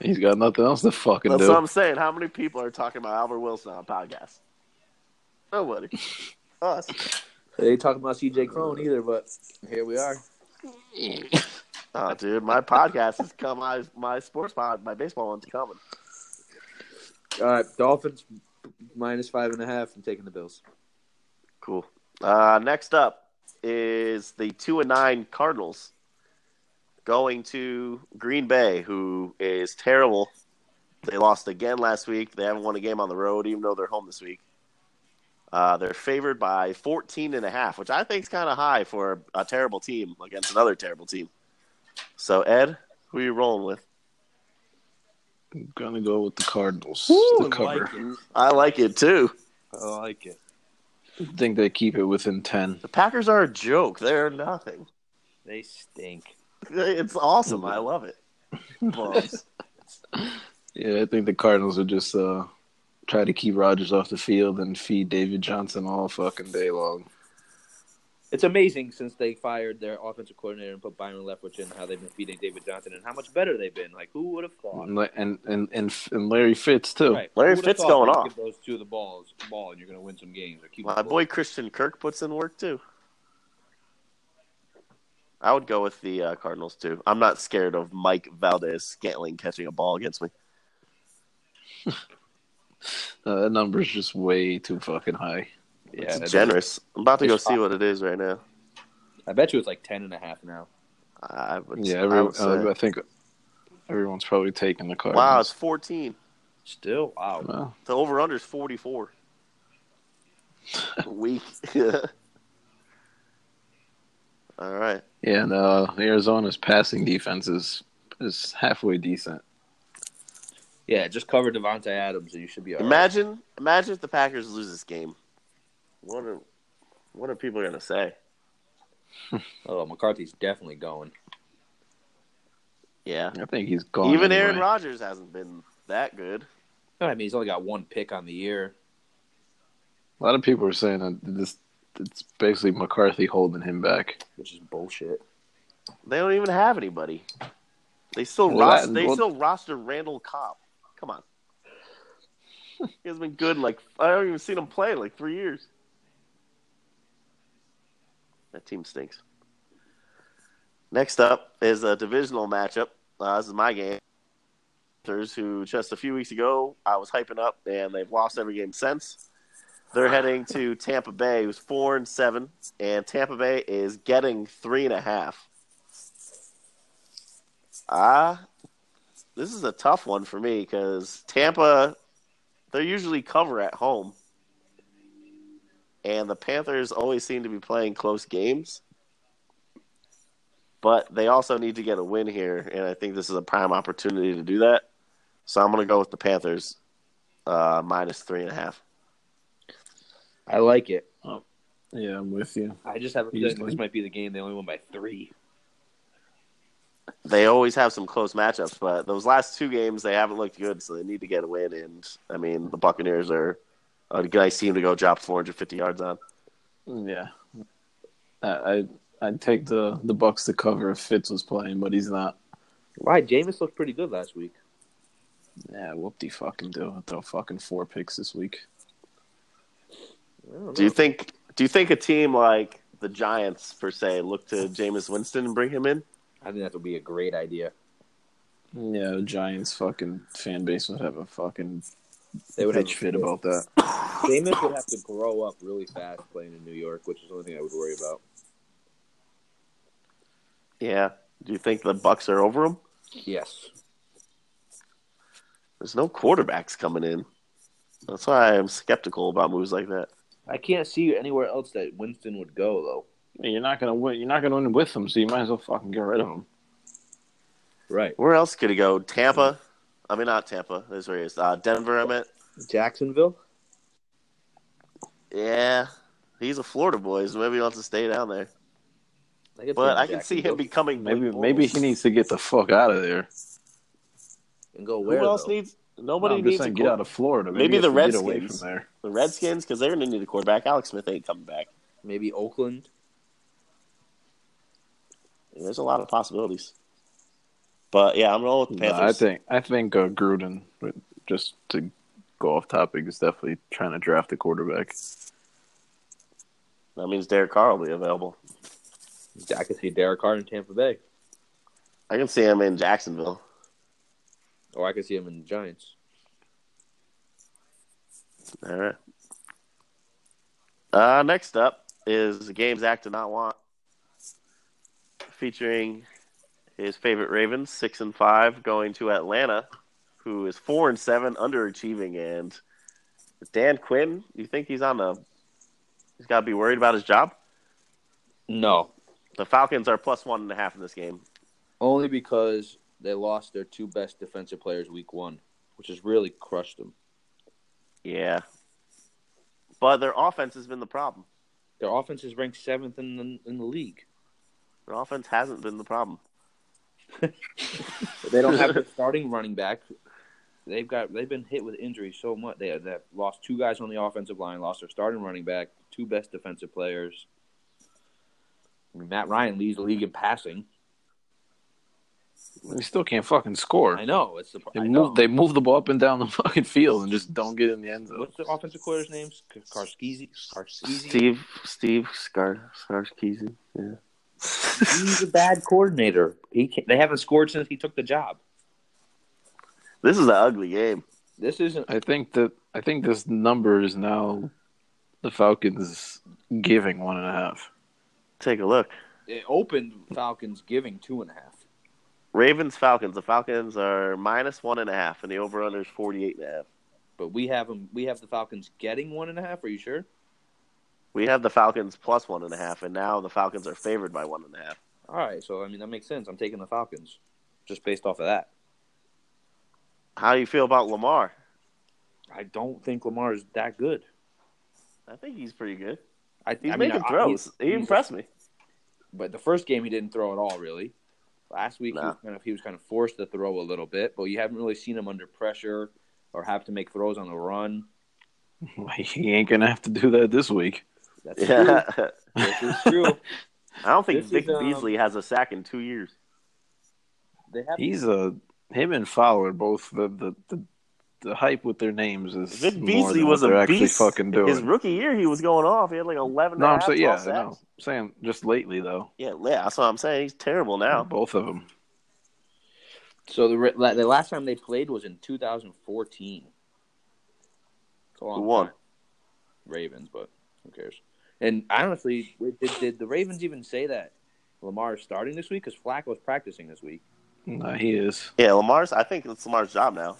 [SPEAKER 4] He's got nothing else to fucking
[SPEAKER 2] That's
[SPEAKER 4] do.
[SPEAKER 2] what I'm saying. How many people are talking about Albert Wilson on a podcast? Nobody. Us.
[SPEAKER 3] They ain't talking about CJ Crone either, but here we are.
[SPEAKER 2] Oh, dude, my podcast is coming. My, my sports pod, my baseball one's coming.
[SPEAKER 3] All right, Dolphins minus five and a half. I'm taking the Bills.
[SPEAKER 2] Cool. Uh, next up is the two and nine Cardinals going to Green Bay, who is terrible. They lost again last week. They haven't won a game on the road, even though they're home this week. Uh, they're favored by 14 and a half, which I think is kind of high for a terrible team against another terrible team. So, Ed, who are you rolling with?
[SPEAKER 4] I'm gonna go with the Cardinals. the cover.
[SPEAKER 2] I like it too.
[SPEAKER 3] I like it.
[SPEAKER 4] I think they keep it within ten.
[SPEAKER 2] The Packers are a joke. They're nothing.
[SPEAKER 3] They stink.
[SPEAKER 2] It's awesome. I love it. Bums.
[SPEAKER 4] Yeah, I think the Cardinals would just uh, try to keep Rodgers off the field and feed David Johnson all fucking day long.
[SPEAKER 3] It's amazing since they fired their offensive coordinator and put Byron Leftwich in, how they've been feeding David Johnson and how much better they've been. Like, who would have thought?
[SPEAKER 4] And and and and, and Larry Fitz too.
[SPEAKER 3] Right.
[SPEAKER 2] Mm-hmm. Larry
[SPEAKER 3] who would have
[SPEAKER 2] Fitz
[SPEAKER 3] thought
[SPEAKER 2] going
[SPEAKER 3] you
[SPEAKER 2] off.
[SPEAKER 3] Give those two the balls, ball, and you're going to win some games. Or keep
[SPEAKER 2] My
[SPEAKER 3] the ball.
[SPEAKER 2] boy Christian Kirk puts in work too. I would go with the uh, Cardinals too. I'm not scared of Mike Valdez Scantling catching a ball against me.
[SPEAKER 4] Uh, that number's just way too fucking high.
[SPEAKER 3] Yeah,
[SPEAKER 2] it's generous. I'm about to go
[SPEAKER 3] it's
[SPEAKER 2] see what it is right now.
[SPEAKER 3] I bet you it's like ten and a half now.
[SPEAKER 2] I would,
[SPEAKER 4] Yeah,
[SPEAKER 2] I
[SPEAKER 4] every,
[SPEAKER 2] would
[SPEAKER 4] uh, I
[SPEAKER 2] say.
[SPEAKER 4] think everyone's probably taking the card.
[SPEAKER 2] wow, it's 14.
[SPEAKER 3] Still, wow.
[SPEAKER 4] Well,
[SPEAKER 2] The over under is 44. Weak. All right.
[SPEAKER 4] yeah, and uh, Arizona's passing defense is is halfway decent.
[SPEAKER 3] Yeah, just cover Devonte Adams, and you should be all right.
[SPEAKER 2] Imagine, imagine if the Packers lose this game. What are, what are people gonna say?
[SPEAKER 3] Oh, McCarthy's definitely going.
[SPEAKER 2] Yeah.
[SPEAKER 4] I think he's gone.
[SPEAKER 2] Even Aaron
[SPEAKER 4] anyway.
[SPEAKER 2] Rodgers hasn't been that good.
[SPEAKER 3] No, I mean, he's only got one pick on the year.
[SPEAKER 4] A lot of people are saying that this it's basically McCarthy holding him back.
[SPEAKER 3] which is bullshit.
[SPEAKER 2] They don't even have anybody. They still
[SPEAKER 4] Well, that-
[SPEAKER 2] roster, they
[SPEAKER 4] well-
[SPEAKER 2] still roster Randall Cobb. Come on. he has been good in like I haven't even seen him play in like three years. That team stinks. Next up is a divisional matchup. Uh, this is my game. Panthers, Who just a few weeks ago I was hyping up, and they've lost every game since. They're heading to Tampa Bay, who's four and seven, and Tampa Bay is getting three and a half. Ah, this is a tough one for me because Tampa, they're usually cover at home, and the Panthers always seem to be playing close games. But they also need to get a win here, and I think this is a prime opportunity to do that. So I'm going to go with the Panthers uh, minus three and a half.
[SPEAKER 3] I like it.
[SPEAKER 4] Yeah, I'm with you.
[SPEAKER 3] I just have a
[SPEAKER 4] He's
[SPEAKER 3] feeling this
[SPEAKER 4] like-
[SPEAKER 3] might be the game they only won by three.
[SPEAKER 2] They always have some close matchups, but those last two games they haven't looked good, so they need to get a win. And I mean, the Buccaneers are a nice team to go drop 450 yards on.
[SPEAKER 4] Yeah, I, I I'd take the the Bucks to cover if Fitz was playing, but he's not.
[SPEAKER 3] Why? Jameis looked pretty good last week.
[SPEAKER 4] Yeah, whoop de fucking do. I'll throw fucking four picks this week.
[SPEAKER 3] I don't
[SPEAKER 2] Do you
[SPEAKER 3] know.
[SPEAKER 2] think? Do you think a team like the Giants per se look to Jameis Winston and bring him in?
[SPEAKER 3] I think that would be a great idea.
[SPEAKER 4] Yeah, the Giants fucking fan base would have a fucking
[SPEAKER 3] They would have
[SPEAKER 4] bitch fit about that.
[SPEAKER 3] Jameis would have to grow up really fast playing in New York, which is the only thing I would worry about.
[SPEAKER 2] Yeah. Do you think the Bucks are over him?
[SPEAKER 3] Yes.
[SPEAKER 2] There's no quarterbacks coming in. That's why I'm skeptical about moves like that.
[SPEAKER 3] I can't see anywhere else that Winston would go though.
[SPEAKER 4] You're not gonna win. You're not gonna win with them, so you might as well fucking get rid of them.
[SPEAKER 3] Right.
[SPEAKER 2] Where else could he go? Tampa? I mean, not Tampa. That's where he is. Uh, Denver, I meant.
[SPEAKER 3] Jacksonville?
[SPEAKER 2] Yeah. He's a Florida boy, so maybe he wants to stay down there.
[SPEAKER 3] I could
[SPEAKER 2] But
[SPEAKER 3] see
[SPEAKER 2] I can see him
[SPEAKER 3] Jacksonville.
[SPEAKER 2] becoming Blake
[SPEAKER 4] Maybe
[SPEAKER 2] Bortles.
[SPEAKER 4] maybe he needs to get the fuck out of there.
[SPEAKER 3] and go
[SPEAKER 2] Who
[SPEAKER 3] where
[SPEAKER 2] else
[SPEAKER 3] though?
[SPEAKER 2] needs? Nobody
[SPEAKER 4] No, I'm just
[SPEAKER 2] needs
[SPEAKER 4] saying,
[SPEAKER 2] a
[SPEAKER 4] get
[SPEAKER 2] quar-
[SPEAKER 4] out of Florida.
[SPEAKER 2] Maybe
[SPEAKER 4] if
[SPEAKER 2] the
[SPEAKER 4] you get away
[SPEAKER 2] Redskins.
[SPEAKER 4] from there.
[SPEAKER 2] the Redskins because they're going to need a quarterback. Alex Smith ain't coming back.
[SPEAKER 3] Maybe Oakland.
[SPEAKER 2] There's a lot of possibilities. But yeah, I'm rolling with the
[SPEAKER 4] No,
[SPEAKER 2] Panthers.
[SPEAKER 4] I think I think uh, Gruden, just to go off topic, is definitely trying to draft a quarterback.
[SPEAKER 2] that means Derek Carr will be available.
[SPEAKER 3] I could see Derek Carr in Tampa Bay.
[SPEAKER 2] I can see him in Jacksonville.
[SPEAKER 3] Or I could see him in the Giants.
[SPEAKER 2] All right. Uh, next up is the games Zach did not want, featuring his favorite Ravens, six and five, going to Atlanta, who is four and seven, underachieving. And Dan Quinn, you think he's on the? He's got to be worried about his job.
[SPEAKER 3] No,
[SPEAKER 2] The Falcons are plus one and a half in this game.
[SPEAKER 3] Only because they lost their two best defensive players week one, which has really crushed them.
[SPEAKER 2] Yeah, but their offense has been the problem.
[SPEAKER 3] Their offense is ranked seventh in the, in the league.
[SPEAKER 2] Their offense hasn't been the problem.
[SPEAKER 3] They don't have their starting running back. They've got they've been hit with injuries so much. They they've lost two guys on the offensive line, lost their starting running back, two best defensive players. I mean, Matt Ryan leads the league in passing.
[SPEAKER 4] They still can't fucking score.
[SPEAKER 3] I know it's the
[SPEAKER 4] They
[SPEAKER 3] I know.
[SPEAKER 4] move, they move the ball up and down the fucking field and just don't get in the end zone.
[SPEAKER 3] What's the offensive coordinator's name? Karskizi. Karskizi.
[SPEAKER 2] Steve Steve Scar Skarskizzi. Yeah.
[SPEAKER 3] He's a bad coordinator. He can't, they haven't scored since he took the job.
[SPEAKER 2] This is an ugly game.
[SPEAKER 3] This isn't
[SPEAKER 4] I think that I think this number is now the Falcons giving one and a half.
[SPEAKER 2] Take a look.
[SPEAKER 3] It opened Falcons giving two and a half.
[SPEAKER 2] Ravens, Falcons. The Falcons are minus one and a half, and the over under is 48 and a half.
[SPEAKER 3] But we have them. We have the Falcons getting one and a half. Are you sure?
[SPEAKER 2] We have the Falcons plus one and a half, and now the Falcons are favored by one and a half.
[SPEAKER 3] All right. So I mean that makes sense. I'm taking the Falcons, just based off of that.
[SPEAKER 2] How do you feel about Lamar?
[SPEAKER 3] I don't think Lamar is that good.
[SPEAKER 2] I think he's pretty good.
[SPEAKER 3] I,
[SPEAKER 2] He's
[SPEAKER 3] I mean,
[SPEAKER 2] making
[SPEAKER 3] I-
[SPEAKER 2] throws.
[SPEAKER 3] he's-
[SPEAKER 2] he
[SPEAKER 3] he's-
[SPEAKER 2] impressed me.
[SPEAKER 3] But the first game he didn't throw at all, really. Last week he,
[SPEAKER 2] No.
[SPEAKER 3] was kind of, he was kind of forced to throw a little bit, but you haven't really seen him under pressure or have to make throws on the run.
[SPEAKER 4] He ain't gonna have to do that this week.
[SPEAKER 3] That's true.
[SPEAKER 2] Yeah.
[SPEAKER 3] this is true.
[SPEAKER 2] I don't think
[SPEAKER 3] This
[SPEAKER 2] Vic
[SPEAKER 3] is, um,
[SPEAKER 2] Beasley has a sack in two years.
[SPEAKER 3] They have
[SPEAKER 4] He's a him and Fowler both the the, the, the hype with their names is
[SPEAKER 2] Vic
[SPEAKER 4] more
[SPEAKER 2] Beasley
[SPEAKER 4] than
[SPEAKER 2] was
[SPEAKER 4] what they're
[SPEAKER 2] a
[SPEAKER 4] actually
[SPEAKER 2] beast.
[SPEAKER 4] fucking doing.
[SPEAKER 2] His rookie year, he was going off. He had like 11 and
[SPEAKER 4] no,
[SPEAKER 2] a
[SPEAKER 4] I'm
[SPEAKER 2] half,
[SPEAKER 4] saying yeah,
[SPEAKER 2] 12
[SPEAKER 4] no,
[SPEAKER 2] sacks.
[SPEAKER 4] I'm saying just lately though.
[SPEAKER 2] Yeah, yeah, that's what I'm saying. He's terrible now.
[SPEAKER 4] Both of them.
[SPEAKER 3] so the re- la- the last time they played was in 2014. It's a long
[SPEAKER 2] Who won?
[SPEAKER 3] time. Ravens, but who cares? And honestly, did, did the Ravens even say that Lamar is starting this week? Because Flacco's practicing this week,
[SPEAKER 4] No, he is.
[SPEAKER 2] Yeah, Lamar's. I think it's Lamar's job now.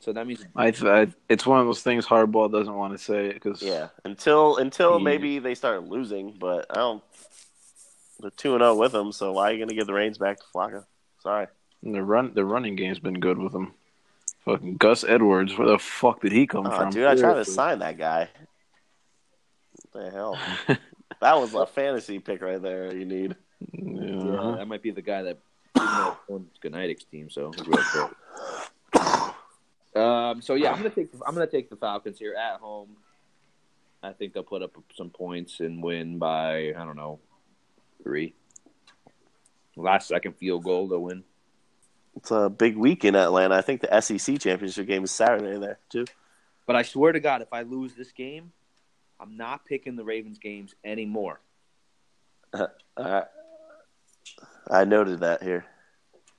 [SPEAKER 3] so that means
[SPEAKER 4] I, I it's one of those things Hardball doesn't want to say because
[SPEAKER 2] Yeah, until until
[SPEAKER 4] He-
[SPEAKER 2] maybe they start losing, but I don't. They're two and zero with him, so why are you going to give the reins back to Flacco? Sorry,
[SPEAKER 4] the run the running game's been good with him. Fucking Gus Edwards, where the fuck did he come
[SPEAKER 2] oh,
[SPEAKER 4] from?
[SPEAKER 2] dude, I tried to
[SPEAKER 3] Seriously.
[SPEAKER 2] sign that guy. What the hell? that was a fantasy pick right there. You need.
[SPEAKER 3] Yeah,
[SPEAKER 4] Yeah.
[SPEAKER 3] that might be the guy that owns Gennadick's team. So, it's real cool. um, so yeah, I'm gonna take I'm gonna take the Falcons here at home. I think they'll put up some points and win by I don't know three. Last second field goal they'll win.
[SPEAKER 2] It's a big week in Atlanta. I think the SEC championship game is Saturday there too.
[SPEAKER 3] But I swear to God, if I lose this game, I'm not picking the Ravens games anymore.
[SPEAKER 2] All right. I noted that here.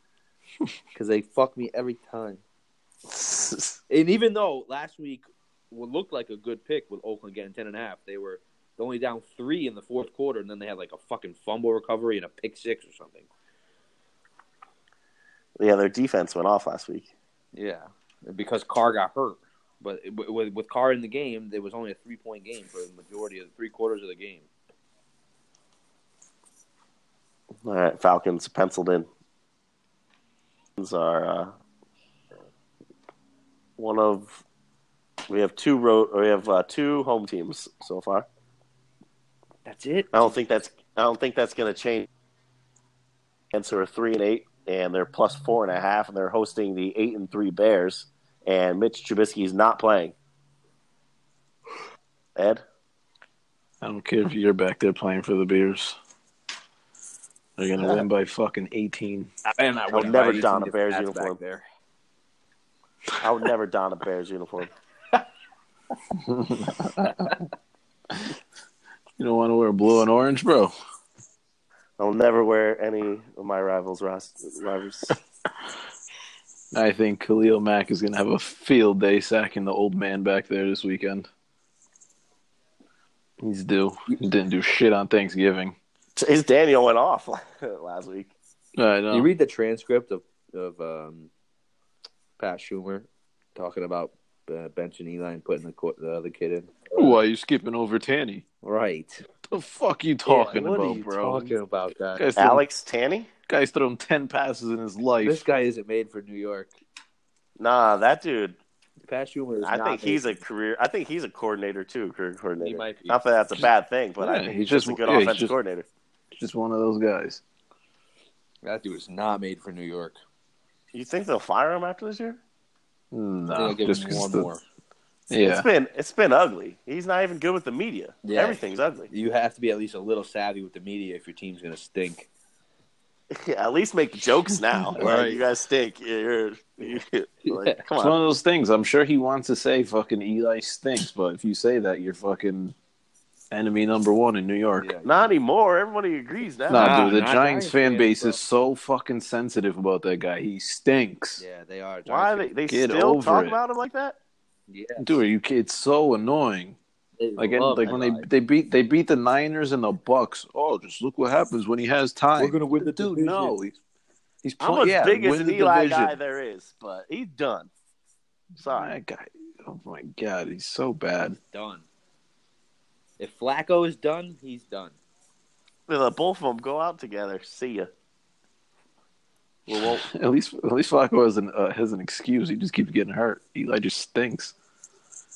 [SPEAKER 3] because they fuck me every time. And even though last week what looked like a good pick with Oakland getting ten and a half, they were only down three in the fourth quarter, and then they had like a fucking fumble recovery and a pick six or something.
[SPEAKER 2] yeah, their defense went off last week.
[SPEAKER 3] Yeah, because Carr got hurt. But it- with, with Carr in the game, there was only a three point game for the majority of the three quarters of the game.
[SPEAKER 2] All right, Falcons penciled in. Falcons are uh, one of we have two road or we have uh, two home teams so far.
[SPEAKER 3] That's it.
[SPEAKER 2] I don't think that's I don't think that's going to change. And so are three and eight, and they're plus four and a half, and they're hosting the eight and three Bears. And Mitch Trubisky is not playing. Ed,
[SPEAKER 4] I don't care if you're back there playing for the Bears. They're gonna win by fucking eighteen.
[SPEAKER 3] And I
[SPEAKER 2] wouldn't never buy you don a some Bears hats back uniform.
[SPEAKER 3] there.
[SPEAKER 2] I would never don a Bears uniform.
[SPEAKER 4] You don't want to wear blue and orange, bro.
[SPEAKER 2] I'll never wear any of my rivals' ros- rivals.
[SPEAKER 4] I think Khalil Mack is gonna have a field day sacking the old man back there this weekend. He's due. He didn't do shit on Thanksgiving.
[SPEAKER 2] His Daniel went off last week.
[SPEAKER 4] I know.
[SPEAKER 3] You read the transcript of of um, Pat Schumer talking about uh, benching Eli and putting the, co- the other kid in.
[SPEAKER 4] Why are you skipping over Tanny?
[SPEAKER 3] Right.
[SPEAKER 4] The fuck you talking
[SPEAKER 3] Yeah, what
[SPEAKER 4] about,
[SPEAKER 3] are you
[SPEAKER 4] bro?
[SPEAKER 3] Talking about that.
[SPEAKER 4] Guy's, thrown,
[SPEAKER 2] Alex Tanny?
[SPEAKER 4] guy's thrown ten passes in his
[SPEAKER 3] This
[SPEAKER 4] life.
[SPEAKER 3] guy isn't made for New York.
[SPEAKER 2] Nah, that dude.
[SPEAKER 3] Pat Schumer is
[SPEAKER 2] I
[SPEAKER 3] not
[SPEAKER 2] think he's
[SPEAKER 3] made-
[SPEAKER 2] a career. I think he's a coordinator too. Career coordinator.
[SPEAKER 3] He might be.
[SPEAKER 2] Not that that's a bad thing, but I
[SPEAKER 4] Yeah,
[SPEAKER 2] think he's
[SPEAKER 4] he's
[SPEAKER 2] just a
[SPEAKER 4] just-
[SPEAKER 2] good
[SPEAKER 4] yeah, he's
[SPEAKER 2] offensive
[SPEAKER 4] just-
[SPEAKER 2] coordinator.
[SPEAKER 4] Just one of those guys.
[SPEAKER 3] that dude is not made for New York.
[SPEAKER 2] You think they'll fire him after this year?
[SPEAKER 3] I think
[SPEAKER 4] No,
[SPEAKER 3] I'll give
[SPEAKER 4] just
[SPEAKER 3] him
[SPEAKER 4] 'cause
[SPEAKER 3] one
[SPEAKER 4] the-
[SPEAKER 3] more.
[SPEAKER 2] It's
[SPEAKER 4] Yeah,
[SPEAKER 2] been it's been ugly. He's not even good with the media.
[SPEAKER 3] Yeah.
[SPEAKER 2] Everything's ugly.
[SPEAKER 3] You have to be at least a little savvy with the media if your team's going to stink.
[SPEAKER 2] Yeah, at least make jokes now. Like,
[SPEAKER 3] Right.
[SPEAKER 2] you guys stink. You're, you're- like, come
[SPEAKER 4] it's
[SPEAKER 2] on.
[SPEAKER 4] one of those things. I'm sure he wants to say "fucking Eli stinks," but if you say that, you're fucking enemy number one in New York.
[SPEAKER 3] Yeah.
[SPEAKER 2] Not anymore. Everybody agrees now.
[SPEAKER 4] Nah,
[SPEAKER 3] Nah,
[SPEAKER 4] dude, the
[SPEAKER 3] not
[SPEAKER 4] Giants,
[SPEAKER 3] Giants
[SPEAKER 4] fan
[SPEAKER 3] fans,
[SPEAKER 4] base
[SPEAKER 3] bro.
[SPEAKER 4] is so fucking sensitive about that guy. He stinks.
[SPEAKER 3] Yeah, they are.
[SPEAKER 2] Why
[SPEAKER 3] Giants
[SPEAKER 2] they, they
[SPEAKER 4] Get
[SPEAKER 2] still
[SPEAKER 4] over
[SPEAKER 2] talk
[SPEAKER 4] it.
[SPEAKER 2] about him like that?
[SPEAKER 3] fans. Yeah,
[SPEAKER 4] Dude, are you? ki- It's so annoying.
[SPEAKER 3] They
[SPEAKER 4] Like, and,
[SPEAKER 3] love
[SPEAKER 4] like when they
[SPEAKER 3] Eli.
[SPEAKER 4] they beat they beat the Niners and the Bucks. Oh, just look what happens when he has time.
[SPEAKER 3] We're gonna win the
[SPEAKER 4] dude.
[SPEAKER 3] division.
[SPEAKER 4] No, he's he's
[SPEAKER 2] I'm
[SPEAKER 4] playing.
[SPEAKER 2] the
[SPEAKER 4] Yeah,
[SPEAKER 2] biggest
[SPEAKER 4] win the
[SPEAKER 2] Eli
[SPEAKER 4] division.
[SPEAKER 2] guy there is, but he's done. Sorry.
[SPEAKER 4] That guy. Oh my god, he's so bad.
[SPEAKER 3] done. If Flacco is done, he's done.
[SPEAKER 2] The both of them go out together. See ya.
[SPEAKER 3] Well, well
[SPEAKER 4] At least at least Flacco has an uh, has an excuse. He just keeps getting hurt. Eli just stinks.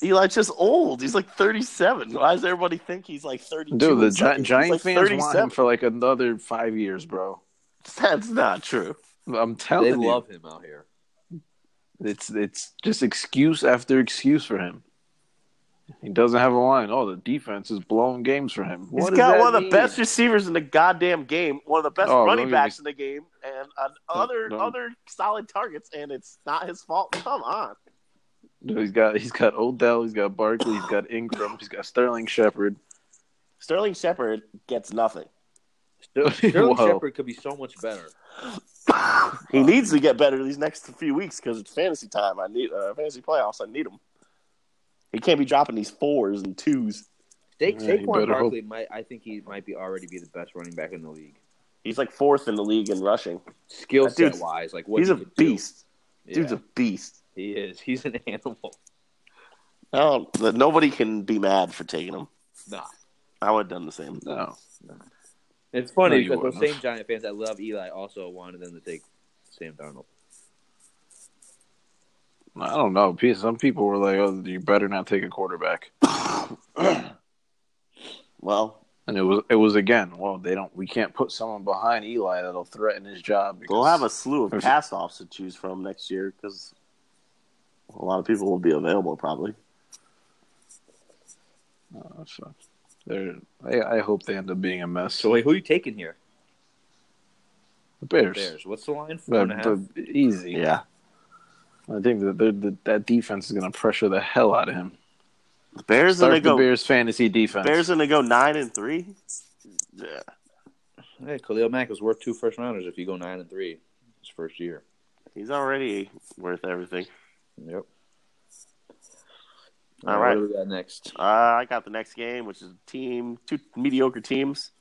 [SPEAKER 2] Eli's just old. He's like 37. Why does everybody think he's like 32?
[SPEAKER 4] Dude, the
[SPEAKER 2] He's like
[SPEAKER 4] Gi- Giant fans want
[SPEAKER 2] 37.
[SPEAKER 4] him for like another five years, bro.
[SPEAKER 2] That's not true.
[SPEAKER 4] I'm
[SPEAKER 3] they
[SPEAKER 4] telling you,
[SPEAKER 3] love him out here.
[SPEAKER 4] it's it's just excuse after excuse for him. He doesn't have a line. Oh, the defense is blowing games for him. What
[SPEAKER 2] he's
[SPEAKER 4] does
[SPEAKER 2] got
[SPEAKER 4] that
[SPEAKER 2] one of the
[SPEAKER 4] mean?
[SPEAKER 2] best receivers in the goddamn game, one of the best
[SPEAKER 4] Oh, don't
[SPEAKER 2] running
[SPEAKER 4] even-
[SPEAKER 2] backs in the game, and uh,
[SPEAKER 4] Oh,
[SPEAKER 2] other
[SPEAKER 4] don't-
[SPEAKER 2] other solid targets, and it's not his fault. Come on.
[SPEAKER 4] Dude, He's got he's got Odell. He's got Barkley. He's got Ingram. He's got Sterling Shepard.
[SPEAKER 2] Sterling Shepard gets nothing.
[SPEAKER 3] Sterling
[SPEAKER 4] Whoa.
[SPEAKER 3] Shepard could be so much better.
[SPEAKER 2] he needs to get better these next few weeks because it's fantasy time. I need uh, fantasy playoffs. I need him. He can't be dropping these fours and twos.
[SPEAKER 3] Sa-
[SPEAKER 4] Yeah, you
[SPEAKER 3] Saquon
[SPEAKER 4] better
[SPEAKER 3] Barkley might. I think he might be already be the best running back in the league.
[SPEAKER 2] He's like fourth in the league in rushing.
[SPEAKER 3] Skill
[SPEAKER 2] That dude's-
[SPEAKER 3] set wise, like what
[SPEAKER 2] He's
[SPEAKER 3] he
[SPEAKER 2] a
[SPEAKER 3] can do.
[SPEAKER 2] beast.
[SPEAKER 3] Yeah,
[SPEAKER 2] Dude's a beast.
[SPEAKER 3] he is. He's an animal.
[SPEAKER 2] Oh, nobody can be mad for taking him.
[SPEAKER 3] Nah,
[SPEAKER 2] I would have done the same.
[SPEAKER 4] No,
[SPEAKER 3] it's
[SPEAKER 4] No,
[SPEAKER 3] funny
[SPEAKER 4] you
[SPEAKER 3] because those
[SPEAKER 4] wouldn't.
[SPEAKER 3] same Giant fans that love Eli also wanted them to take Sam Darnold.
[SPEAKER 4] I don't know. Pe- Some people were like, "Oh, you better not take a quarterback."
[SPEAKER 2] Well,
[SPEAKER 4] And it was it was again. Well, they don't. We can't put someone behind Eli that'll threaten his job.
[SPEAKER 2] we'll
[SPEAKER 4] because-
[SPEAKER 2] have a slew of
[SPEAKER 4] There's-
[SPEAKER 2] pass offs to choose from next year because a lot of people will be available probably.
[SPEAKER 4] Uh, so they're, I, I hope they end up being a mess.
[SPEAKER 3] So wait, who are you taking here?
[SPEAKER 4] the Bears,
[SPEAKER 3] Bears. What's the line? Four and
[SPEAKER 4] But,
[SPEAKER 3] a half.
[SPEAKER 4] but easy.
[SPEAKER 2] Yeah.
[SPEAKER 4] I think that they're, that that defense is going to pressure the hell out of him.
[SPEAKER 2] The Bears are
[SPEAKER 4] Start
[SPEAKER 2] going to
[SPEAKER 4] the
[SPEAKER 2] go
[SPEAKER 4] Bears fantasy defense.
[SPEAKER 2] Bears going to go 9 and 3. Yeah.
[SPEAKER 3] Hey, Khalil Mack was worth two first rounders if you go nine and three his first year.
[SPEAKER 2] He's already worth everything.
[SPEAKER 3] Yep.
[SPEAKER 2] All
[SPEAKER 3] Uh,
[SPEAKER 2] right.
[SPEAKER 3] What do we got next?
[SPEAKER 2] Uh, I got the next game, which is a team two mediocre teams.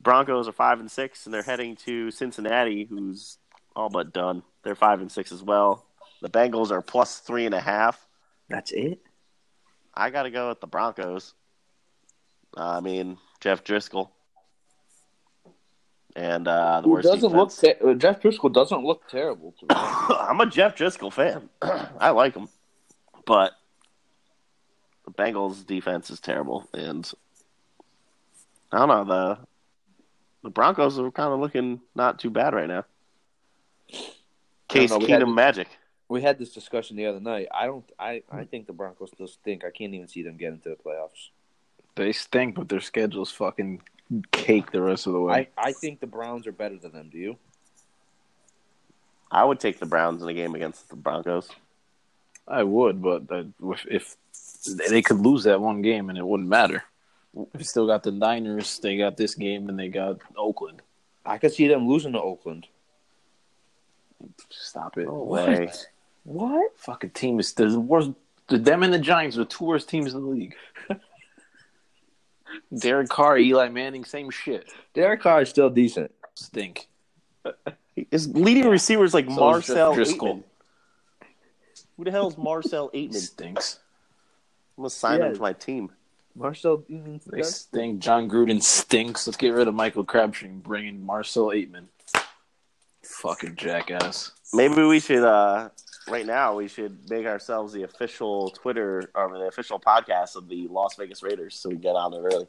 [SPEAKER 2] Broncos are five and six, and they're heading to Cincinnati, who's all but done. They're five and six as well. The Bengals are plus three and a half.
[SPEAKER 3] That's it.
[SPEAKER 2] I got to go with the Broncos. I mean Jeff Driscoll, and uh, the
[SPEAKER 3] Who
[SPEAKER 2] worst
[SPEAKER 3] doesn't
[SPEAKER 2] defense.
[SPEAKER 3] look? Te- uh, Jeff Driscoll doesn't look terrible. To me.
[SPEAKER 2] I'm a Jeff Driscoll fan. I like him, but the Bengals defense is terrible, and I don't know the the Broncos are kind of looking not too bad right now. Case
[SPEAKER 3] know, we
[SPEAKER 2] Keenum
[SPEAKER 3] had-
[SPEAKER 2] magic.
[SPEAKER 3] we had this discussion the other night. I don't. I, I think the Broncos still stink. I can't even see them getting to the playoffs.
[SPEAKER 4] They stink, but their schedule's fucking cake the rest of the way.
[SPEAKER 3] I, I think the Browns are better than them. Do you?
[SPEAKER 2] I would take the Browns in a game against the Broncos.
[SPEAKER 4] I, would, but uh, if, if they could lose that one game and it wouldn't matter. They still got the Niners. They got this game, and they got Oakland.
[SPEAKER 3] I could see them losing to Oakland.
[SPEAKER 4] Stop it!
[SPEAKER 2] No
[SPEAKER 4] What?
[SPEAKER 2] way.
[SPEAKER 3] What?
[SPEAKER 4] Fucking team is the worst. The them and the Giants are the two worst teams in the league. Derek Carr, Eli Manning, same shit.
[SPEAKER 3] Derek Carr is still decent.
[SPEAKER 4] Stink.
[SPEAKER 2] His leading receivers like
[SPEAKER 4] So is Jeff
[SPEAKER 2] Marcel
[SPEAKER 4] Driscoll.
[SPEAKER 2] Aitman. Who the hell is Marcel Aitman?
[SPEAKER 4] Stinks.
[SPEAKER 2] I'm gonna sign him
[SPEAKER 3] Yeah.
[SPEAKER 2] to my team.
[SPEAKER 3] Marcel.
[SPEAKER 4] They stink. John Gruden stinks. Let's get rid of Michael Crabtree and bring in Marcel Aitman. Fucking jackass.
[SPEAKER 2] Maybe we should uh right now we should make ourselves the official Twitter or the official podcast of the Las Vegas Raiders so we get on it early.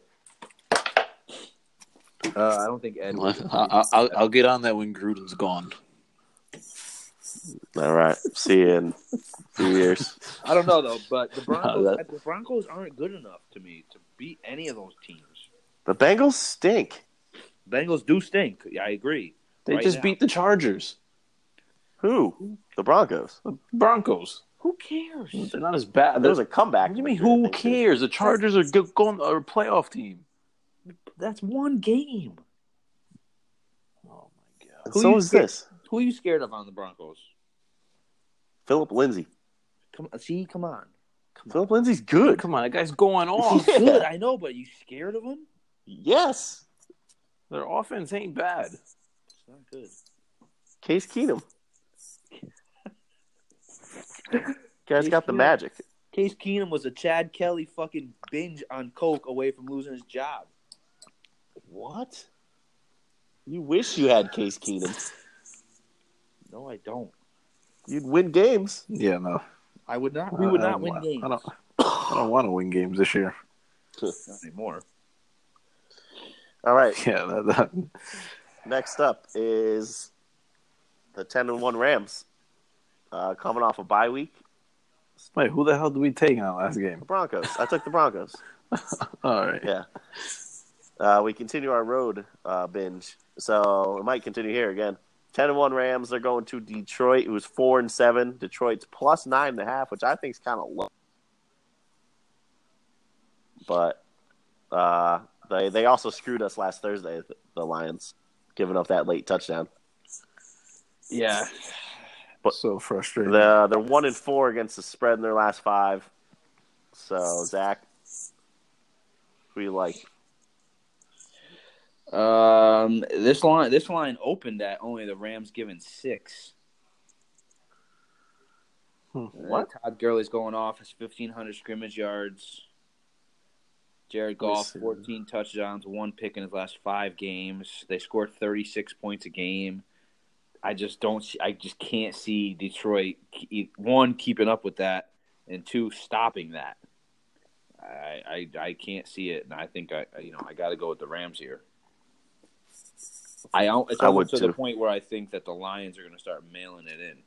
[SPEAKER 3] Uh, I don't think Ed.
[SPEAKER 4] I, I, I'll, I'll get on that when Gruden's gone.
[SPEAKER 2] All right. See you in a few years.
[SPEAKER 3] I don't know though, but the Broncos,
[SPEAKER 4] No, that-
[SPEAKER 3] the Broncos aren't good enough to me to beat any of those teams.
[SPEAKER 2] The Bengals stink.
[SPEAKER 3] Bengals do stink. Yeah, I agree.
[SPEAKER 4] They
[SPEAKER 3] Right
[SPEAKER 4] just
[SPEAKER 3] now.
[SPEAKER 4] beat the Chargers,
[SPEAKER 2] Who? The Broncos.
[SPEAKER 4] Broncos.
[SPEAKER 3] Who cares?
[SPEAKER 4] They're not as bad.
[SPEAKER 2] There was
[SPEAKER 4] There's
[SPEAKER 2] a
[SPEAKER 4] a.
[SPEAKER 2] comeback.
[SPEAKER 4] What do you mean? Who cares? The Chargers are go- going are a playoff team.
[SPEAKER 3] That's one game.
[SPEAKER 4] Oh my god.
[SPEAKER 3] Who
[SPEAKER 2] so
[SPEAKER 3] you
[SPEAKER 2] is
[SPEAKER 3] scared-
[SPEAKER 2] this.
[SPEAKER 3] Who are you scared of on the Broncos?
[SPEAKER 2] Philip Lindsay.
[SPEAKER 3] Come see, come on.
[SPEAKER 2] Philip Lindsay's good.
[SPEAKER 5] Come on, that guy's going
[SPEAKER 4] Oh,
[SPEAKER 5] off.
[SPEAKER 2] Yeah.
[SPEAKER 5] Good, I know, but you scared of him?
[SPEAKER 2] Yes,
[SPEAKER 5] Their offense ain't bad. It's not good.
[SPEAKER 2] Case Keenum. Guy's
[SPEAKER 5] Case
[SPEAKER 2] got the
[SPEAKER 5] Keenum.
[SPEAKER 2] magic.
[SPEAKER 5] Case Keenum was a Chad Kelly fucking binge on coke away from losing his job.
[SPEAKER 2] What? You wish you had Case Keenum.
[SPEAKER 5] No, I don't.
[SPEAKER 2] You'd win games.
[SPEAKER 4] Yeah, no.
[SPEAKER 5] I would not. We would not win games.
[SPEAKER 4] Uh, I don't. I don't want to win games this year.
[SPEAKER 5] Not anymore.
[SPEAKER 2] All right.
[SPEAKER 4] Yeah, that, that,
[SPEAKER 2] Next up is the ten and one Rams, uh, coming off a bye week.
[SPEAKER 4] wait, who the hell did we take in that last game?
[SPEAKER 2] The Broncos. I took the Broncos.
[SPEAKER 4] All right.
[SPEAKER 2] Yeah. Uh, we continue our road uh, binge, so it might continue here again. Ten and one Rams. They're going to Detroit. It was four and seven. Detroit's plus nine and a half, which I think is kind of low. But uh, they they also screwed us last Thursday. The Lions giving up that late touchdown.
[SPEAKER 5] Yeah,
[SPEAKER 4] So frustrating.
[SPEAKER 2] The they're one and four against the spread in their last five. So Zach, we like
[SPEAKER 3] Um, this line this line opened at only the Rams given six.
[SPEAKER 4] Hmm.
[SPEAKER 3] What? Todd Gurley's going off his fifteen hundred scrimmage yards. Jared
[SPEAKER 2] Let me
[SPEAKER 3] Goff
[SPEAKER 2] see.
[SPEAKER 3] fourteen touchdowns, one pick in his last five games. They scored thirty six points a game. I just don't. See, I just can't see Detroit ke- one keeping up with that, and two stopping that. I I, I can't see it, and I think I I- you know I got to go with the Rams here. I don't. It's
[SPEAKER 2] I
[SPEAKER 3] almost
[SPEAKER 2] would,
[SPEAKER 3] to the
[SPEAKER 2] too.
[SPEAKER 3] point where I think that the Lions are going to start mailing it in.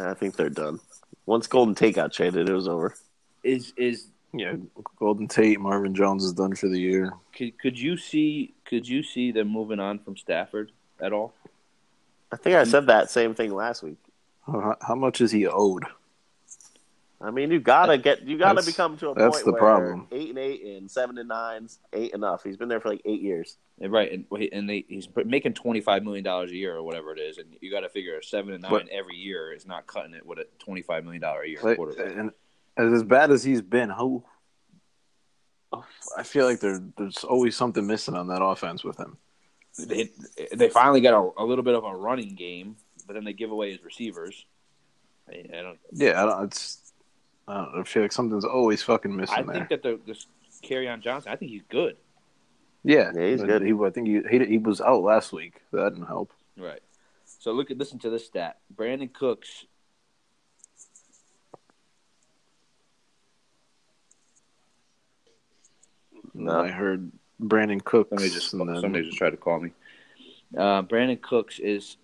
[SPEAKER 2] I think they're done. Once Golden Tate got traded, it was over.
[SPEAKER 3] Is is
[SPEAKER 4] yeah, Golden Tate, Marvin Jones is done for the year.
[SPEAKER 3] could could you see could you see them moving on from Stafford at all?
[SPEAKER 2] I think I said that same thing last week.
[SPEAKER 4] How, how much is he owed?
[SPEAKER 2] I mean, you gotta get, you gotta
[SPEAKER 4] That's-
[SPEAKER 2] become to a
[SPEAKER 4] that's
[SPEAKER 2] point
[SPEAKER 4] the
[SPEAKER 2] where
[SPEAKER 4] problem.
[SPEAKER 2] eight and eight and seven and nines ain't enough. He's been there for like eight years.
[SPEAKER 3] And Right, and wait, and they, he's making twenty five million dollars a year or whatever it is, and you got to figure seven and nine
[SPEAKER 4] But-
[SPEAKER 3] every year is not cutting it with a twenty five million dollar a year
[SPEAKER 4] Like,
[SPEAKER 3] quarterback.
[SPEAKER 4] and as, as bad as he's been, how? I feel like there, there's always something missing on that offense with him.
[SPEAKER 3] they, they finally got a, a little bit of a running game, but then they give away his receivers. I, I don't.
[SPEAKER 4] Yeah, I don't. It's. I, don't, know, I feel like something's always fucking missing
[SPEAKER 3] I
[SPEAKER 4] there.
[SPEAKER 3] think that the this carry on Johnson. I think he's good.
[SPEAKER 4] Yeah,
[SPEAKER 2] Yeah, he's
[SPEAKER 4] but
[SPEAKER 2] good.
[SPEAKER 4] He, I think he, he he was out last week. So that didn't help.
[SPEAKER 3] Right. So look at listen to this stat. Brandon Cooks.
[SPEAKER 4] And
[SPEAKER 2] No.
[SPEAKER 4] I heard Brandon Cooks. and then-
[SPEAKER 3] tried to call me. Uh, Brandon Cooks is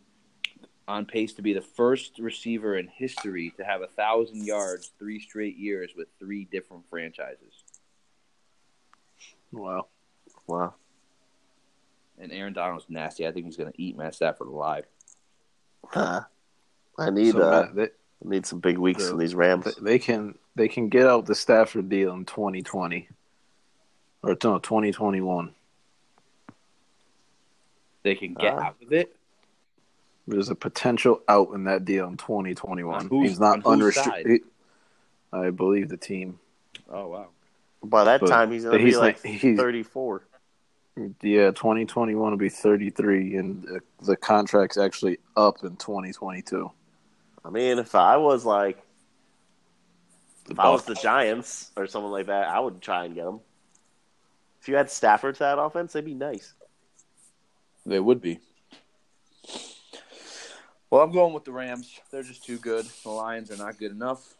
[SPEAKER 3] on pace to be the first receiver in history to have a thousand yards three straight years with three different franchises.
[SPEAKER 4] wow.
[SPEAKER 2] Wow.
[SPEAKER 3] And Aaron Donald's nasty. I think he's going to eat Matt Stafford alive.
[SPEAKER 2] Huh. I need
[SPEAKER 4] So,
[SPEAKER 2] uh,
[SPEAKER 4] Matt, they,
[SPEAKER 2] I need some big weeks
[SPEAKER 4] the-
[SPEAKER 2] from these Rams.
[SPEAKER 4] they- they can they can get out the Stafford deal in 2020 or no 2021.
[SPEAKER 3] They can get
[SPEAKER 2] Ah.
[SPEAKER 3] out of it.
[SPEAKER 4] There's a potential out in that deal in
[SPEAKER 3] On
[SPEAKER 4] 2021.
[SPEAKER 3] whose-
[SPEAKER 4] He's not
[SPEAKER 3] on whose side?
[SPEAKER 4] unrestricted. I believe the team.
[SPEAKER 3] Oh wow.
[SPEAKER 2] By that
[SPEAKER 4] But
[SPEAKER 2] time, he's gonna
[SPEAKER 4] he's
[SPEAKER 2] be like
[SPEAKER 4] like- he's-
[SPEAKER 2] thirty-four.
[SPEAKER 4] Yeah, 2021 will be 33, and the, the contract's actually up in 2022.
[SPEAKER 2] I mean, if I was like, if I
[SPEAKER 4] Buc-
[SPEAKER 2] was the Giants or someone like that, I would try and get him. If you had Stafford to that offense, they'd be nice.
[SPEAKER 3] They would be. Well, I'm going with the Rams. They're just too good. The Lions are not good enough.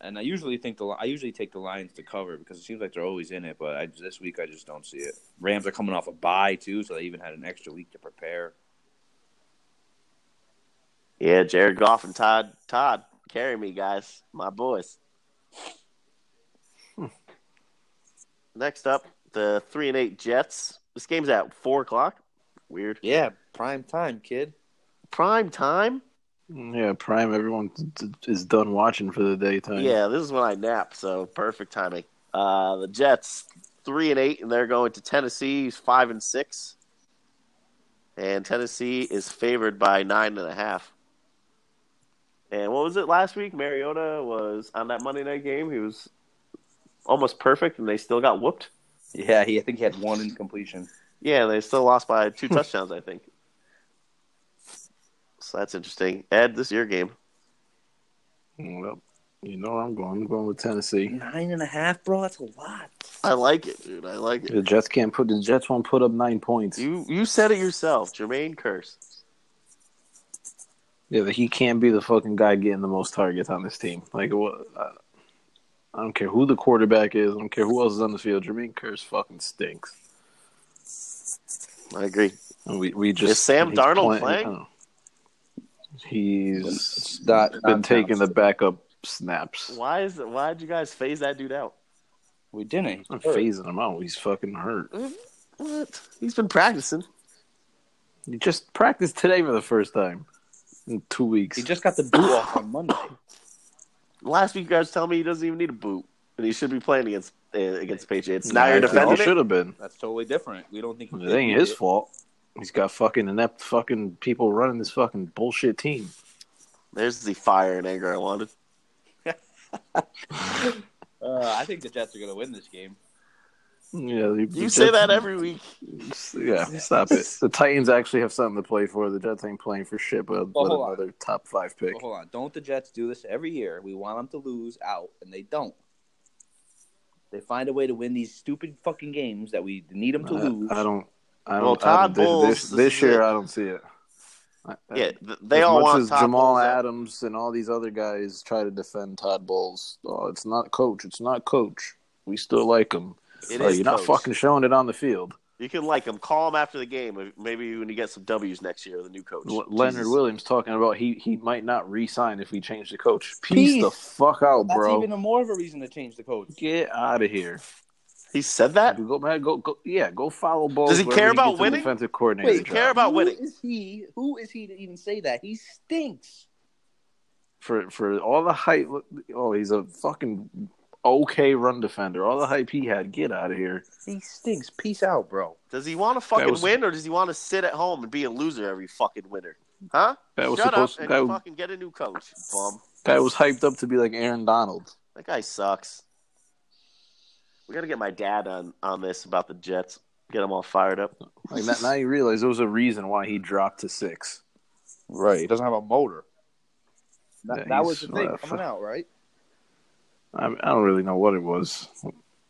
[SPEAKER 3] And I usually think the Li- I usually take the Lions to cover because it seems like they're always in it. But I, this week I just don't see it. Rams are coming off a bye too, so they even had an extra week to prepare.
[SPEAKER 2] Yeah, Jared Goff and Todd. Todd, carry me, guys. My boys. Next up, the three and eight Jets. This game's at four o'clock. Weird.
[SPEAKER 3] Yeah, prime time, kid.
[SPEAKER 2] Prime time.
[SPEAKER 4] Yeah, Prime. Everyone t- t- is done watching for the daytime.
[SPEAKER 2] Yeah, this is when I nap, so perfect timing. Uh, the Jets three and eight, and they're going to Tennessee five and six, and Tennessee is favored by nine and a half. And what was it last week? Mariota was on that Monday night game. He was almost perfect, and they still got whooped.
[SPEAKER 3] Yeah, he I think he had one incompletion.
[SPEAKER 2] Yeah, they still lost by two touchdowns, I think. So that's interesting. Ed, this is your game.
[SPEAKER 4] Well, you know where I'm going. I'm going with Tennessee.
[SPEAKER 3] Nine and a half, bro. That's a lot.
[SPEAKER 2] I like it, dude. I like it.
[SPEAKER 4] The Jets can't put the Jets won't put up nine points.
[SPEAKER 2] You you said it yourself, Jermaine Curse.
[SPEAKER 4] Yeah, but he can't be the fucking guy getting the most targets on this team. Like, what? I, I don't care who the quarterback is. I don't care who else is on the field. Jermaine Curse fucking stinks.
[SPEAKER 2] I agree.
[SPEAKER 4] And we we just
[SPEAKER 2] Is Sam
[SPEAKER 4] he's
[SPEAKER 2] Darnold
[SPEAKER 4] I
[SPEAKER 2] playing?
[SPEAKER 4] don't know. He's
[SPEAKER 3] not-
[SPEAKER 4] been
[SPEAKER 3] not
[SPEAKER 4] taking
[SPEAKER 3] counts.
[SPEAKER 4] the backup snaps.
[SPEAKER 2] Why is it, why did you guys phase that dude out?
[SPEAKER 3] We didn't.
[SPEAKER 4] I'm phasing him out. He's fucking hurt.
[SPEAKER 2] What? He's been practicing.
[SPEAKER 4] He just practiced today for the first time in two weeks.
[SPEAKER 3] He just got the boot off on Monday.
[SPEAKER 2] Last week, you guys tell me he doesn't even need a boot, and he should be playing against uh, against the Patriots. Now
[SPEAKER 4] Yeah,
[SPEAKER 2] you're
[SPEAKER 4] it all
[SPEAKER 2] defending it.
[SPEAKER 4] Should have been.
[SPEAKER 3] That's totally different. We don't think he
[SPEAKER 4] It
[SPEAKER 3] did.
[SPEAKER 4] ain't his fault. He's got fucking inept fucking people running this fucking bullshit team.
[SPEAKER 2] There's the fire and anger I wanted.
[SPEAKER 3] Uh, I think the Jets are going to win this game.
[SPEAKER 4] Yeah, the- the
[SPEAKER 2] You say
[SPEAKER 4] Jets-
[SPEAKER 2] that every week.
[SPEAKER 4] Yeah, stop it. The Titans actually have something to play for. The Jets ain't playing for shit, but, but
[SPEAKER 3] hold on.
[SPEAKER 4] another top five pick.
[SPEAKER 3] But hold on, don't the Jets do this every year? We want them to lose out, and they don't. They find a way to win these stupid fucking games that we need them to lose.
[SPEAKER 4] I, I don't. I don't.
[SPEAKER 2] Well,
[SPEAKER 4] I
[SPEAKER 2] Todd
[SPEAKER 4] don't-
[SPEAKER 2] Bowles,
[SPEAKER 4] this,
[SPEAKER 2] this
[SPEAKER 4] this
[SPEAKER 2] is
[SPEAKER 4] year,
[SPEAKER 2] it.
[SPEAKER 4] I don't see it. I- I-
[SPEAKER 2] Yeah, th- they
[SPEAKER 4] as
[SPEAKER 2] all
[SPEAKER 4] much
[SPEAKER 2] want
[SPEAKER 4] as
[SPEAKER 2] Todd
[SPEAKER 4] Jamal
[SPEAKER 2] Bowles out.
[SPEAKER 4] Adams and all these other guys try to defend Todd Bowles. Oh, it's not coach. It's not coach. We still like him.
[SPEAKER 2] It
[SPEAKER 4] Oh,
[SPEAKER 2] is
[SPEAKER 4] you're not
[SPEAKER 2] coach.
[SPEAKER 4] fucking showing it on the field.
[SPEAKER 2] You can like him. Call him after the game. uh, Maybe when you get some W's next year with a new coach.
[SPEAKER 4] Le- Leonard
[SPEAKER 2] Jesus.
[SPEAKER 4] Williams talking about he he might not re-sign if we change the coach. Peace, the fuck out,
[SPEAKER 3] That's
[SPEAKER 4] bro.
[SPEAKER 3] even a more of a reason to change the coach.
[SPEAKER 4] Get out of here.
[SPEAKER 2] He said that.
[SPEAKER 4] Go, man, go, go, yeah, go follow Bowles.
[SPEAKER 2] Uh, Does he
[SPEAKER 4] wherever
[SPEAKER 2] care about
[SPEAKER 4] gets the
[SPEAKER 2] winning?
[SPEAKER 4] Defensive coordinator.
[SPEAKER 3] Wait,
[SPEAKER 4] job.
[SPEAKER 2] care about
[SPEAKER 3] Who
[SPEAKER 2] winning.
[SPEAKER 3] is he? Who is he to even say that? He stinks.
[SPEAKER 4] for for all the hype. Oh, he's a fucking okay run defender. All the hype he had. Get out of here.
[SPEAKER 3] He stinks. Peace out, bro.
[SPEAKER 2] Does he want to fucking
[SPEAKER 4] was-
[SPEAKER 2] win, or does he want to sit at home and be a loser every fucking winter? Huh?
[SPEAKER 4] That was
[SPEAKER 2] Shut
[SPEAKER 4] supposed-
[SPEAKER 2] up and
[SPEAKER 4] that
[SPEAKER 2] you
[SPEAKER 4] was-
[SPEAKER 2] fucking get a new coach, bum.
[SPEAKER 4] Guy was hyped up to be like Aaron Donald.
[SPEAKER 2] That guy sucks. We got to get my dad on on this about the Jets. Get him all fired up.
[SPEAKER 4] Like now- now you realize there was a reason why he dropped to six.
[SPEAKER 3] Right. He doesn't have a motor. That,
[SPEAKER 4] Yeah,
[SPEAKER 3] that was the
[SPEAKER 4] he's-
[SPEAKER 3] thing
[SPEAKER 4] uh,
[SPEAKER 3] coming out, right?
[SPEAKER 4] I, I don't really know what it was,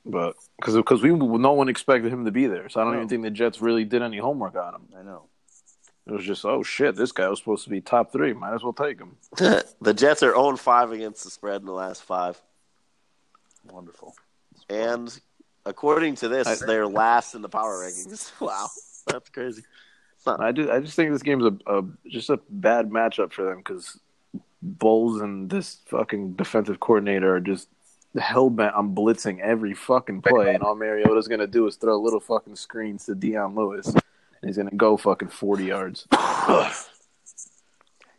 [SPEAKER 4] but because because we no one expected him to be there, so I don't
[SPEAKER 3] No.
[SPEAKER 4] even think the Jets really did any homework on him.
[SPEAKER 3] I know.
[SPEAKER 4] It was just oh shit, this guy was supposed to be top three. Might as well take him.
[SPEAKER 2] the Jets are 0 5 against the spread in the last five.
[SPEAKER 3] Wonderful.
[SPEAKER 2] And according to this,
[SPEAKER 4] I-
[SPEAKER 2] they're last in the power rankings. Wow. That's crazy.
[SPEAKER 4] I do. I just think this game's a, a just a bad matchup for them because Bowles and this fucking defensive coordinator are just hell bent on blitzing every fucking play, and all Mariota's gonna do is throw little fucking screens to Deion Lewis, and he's gonna go fucking forty yards. Oh,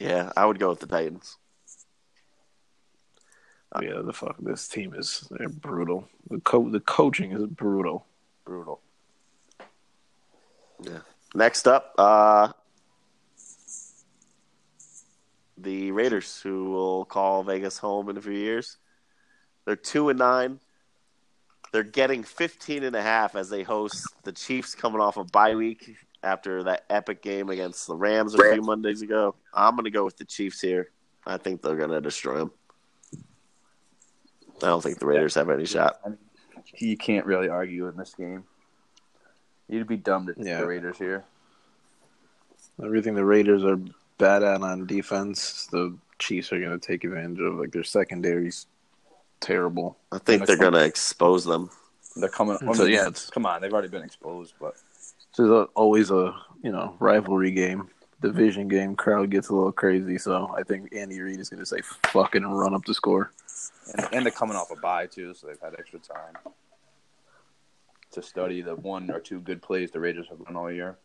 [SPEAKER 2] Yeah, I would go with the Titans.
[SPEAKER 4] yeah, the fuck. This team is they're brutal. The co- the coaching is brutal.
[SPEAKER 3] Brutal.
[SPEAKER 2] Next up, uh, the Raiders, who will call Vegas home in a few years. They're two and nine. They're getting 15 and a half as they host the Chiefs coming off a bye week after that epic game against the Rams a few Mondays ago. I'm going to go with the Chiefs here. I think they're going to destroy them. I don't think the Raiders have any shot.
[SPEAKER 3] I mean, you can't really argue in this game. You'd be dumb to take
[SPEAKER 4] Yeah.
[SPEAKER 3] the Raiders here.
[SPEAKER 4] Everything the Raiders are bad at on defense, the Chiefs are gonna take advantage of. Like their secondary's terrible.
[SPEAKER 2] I think they're going to expose them.
[SPEAKER 3] They're coming. I
[SPEAKER 4] So,
[SPEAKER 3] mean,
[SPEAKER 4] yeah, it's-
[SPEAKER 3] come on. They've already been exposed, but
[SPEAKER 4] This is a, always a you know rivalry game, division game. Crowd gets a little crazy, so I think Andy Reid is going to say "fucking" and run up the score.
[SPEAKER 3] and, and they're coming off a bye too, so they've had extra time to study the one or two good plays the Raiders have run all year.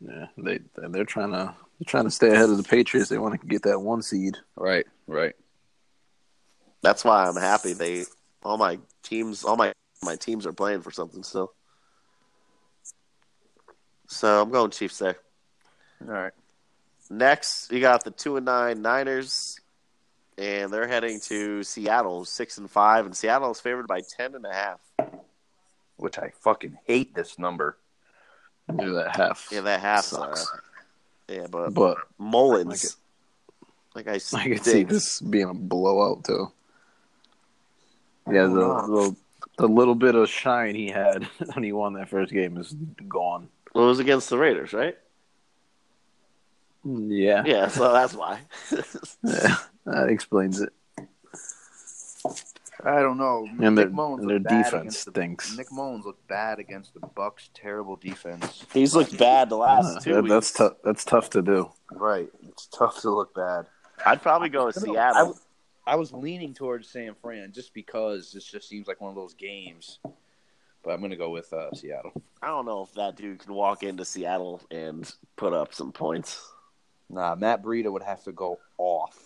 [SPEAKER 4] Yeah, they they're trying to they're trying to stay ahead of the Patriots. They want to get that one seed.
[SPEAKER 3] Right. Right.
[SPEAKER 2] That's why I'm happy. They all my teams, all my my teams are playing for something still. So I'm going Chiefs there.
[SPEAKER 3] All right.
[SPEAKER 2] Next, you got the two and nine Niners and they're heading to Seattle, six and five, and Seattle is favored by ten and a half.
[SPEAKER 3] which I fucking hate this number.
[SPEAKER 4] Yeah, that half.
[SPEAKER 2] Yeah, that half
[SPEAKER 4] sucks.
[SPEAKER 2] sucks. Yeah, but,
[SPEAKER 4] But
[SPEAKER 2] Mullins, like, I,
[SPEAKER 4] I could see
[SPEAKER 2] dig.
[SPEAKER 4] this being a blowout too. Yeah, the,
[SPEAKER 3] don't
[SPEAKER 4] the the little bit of shine he had when he won that first game is gone.
[SPEAKER 2] Well, it was against the Raiders, right?
[SPEAKER 4] Yeah,
[SPEAKER 2] Yeah, so that's why.
[SPEAKER 4] yeah. that explains it.
[SPEAKER 3] I don't know.
[SPEAKER 4] And their,
[SPEAKER 3] Nick Mullins
[SPEAKER 4] and their
[SPEAKER 3] looked bad
[SPEAKER 4] defense
[SPEAKER 3] against the-
[SPEAKER 4] stinks.
[SPEAKER 3] Nick Mullins looked bad against the Bucks. Terrible defense.
[SPEAKER 2] He's looked bad the
[SPEAKER 4] Uh,
[SPEAKER 2] last two
[SPEAKER 4] that-
[SPEAKER 2] weeks.
[SPEAKER 4] that's tough. That's tough to do.
[SPEAKER 3] Right. It's tough to look bad.
[SPEAKER 2] I'd probably go with
[SPEAKER 3] I don't know.
[SPEAKER 2] Seattle.
[SPEAKER 3] I, I was leaning towards San Fran just because this just seems like one of those games. But I'm going to go with uh, Seattle.
[SPEAKER 2] I don't know if that dude can walk into Seattle and put up some points.
[SPEAKER 3] Nah, Matt Breida would have to go off.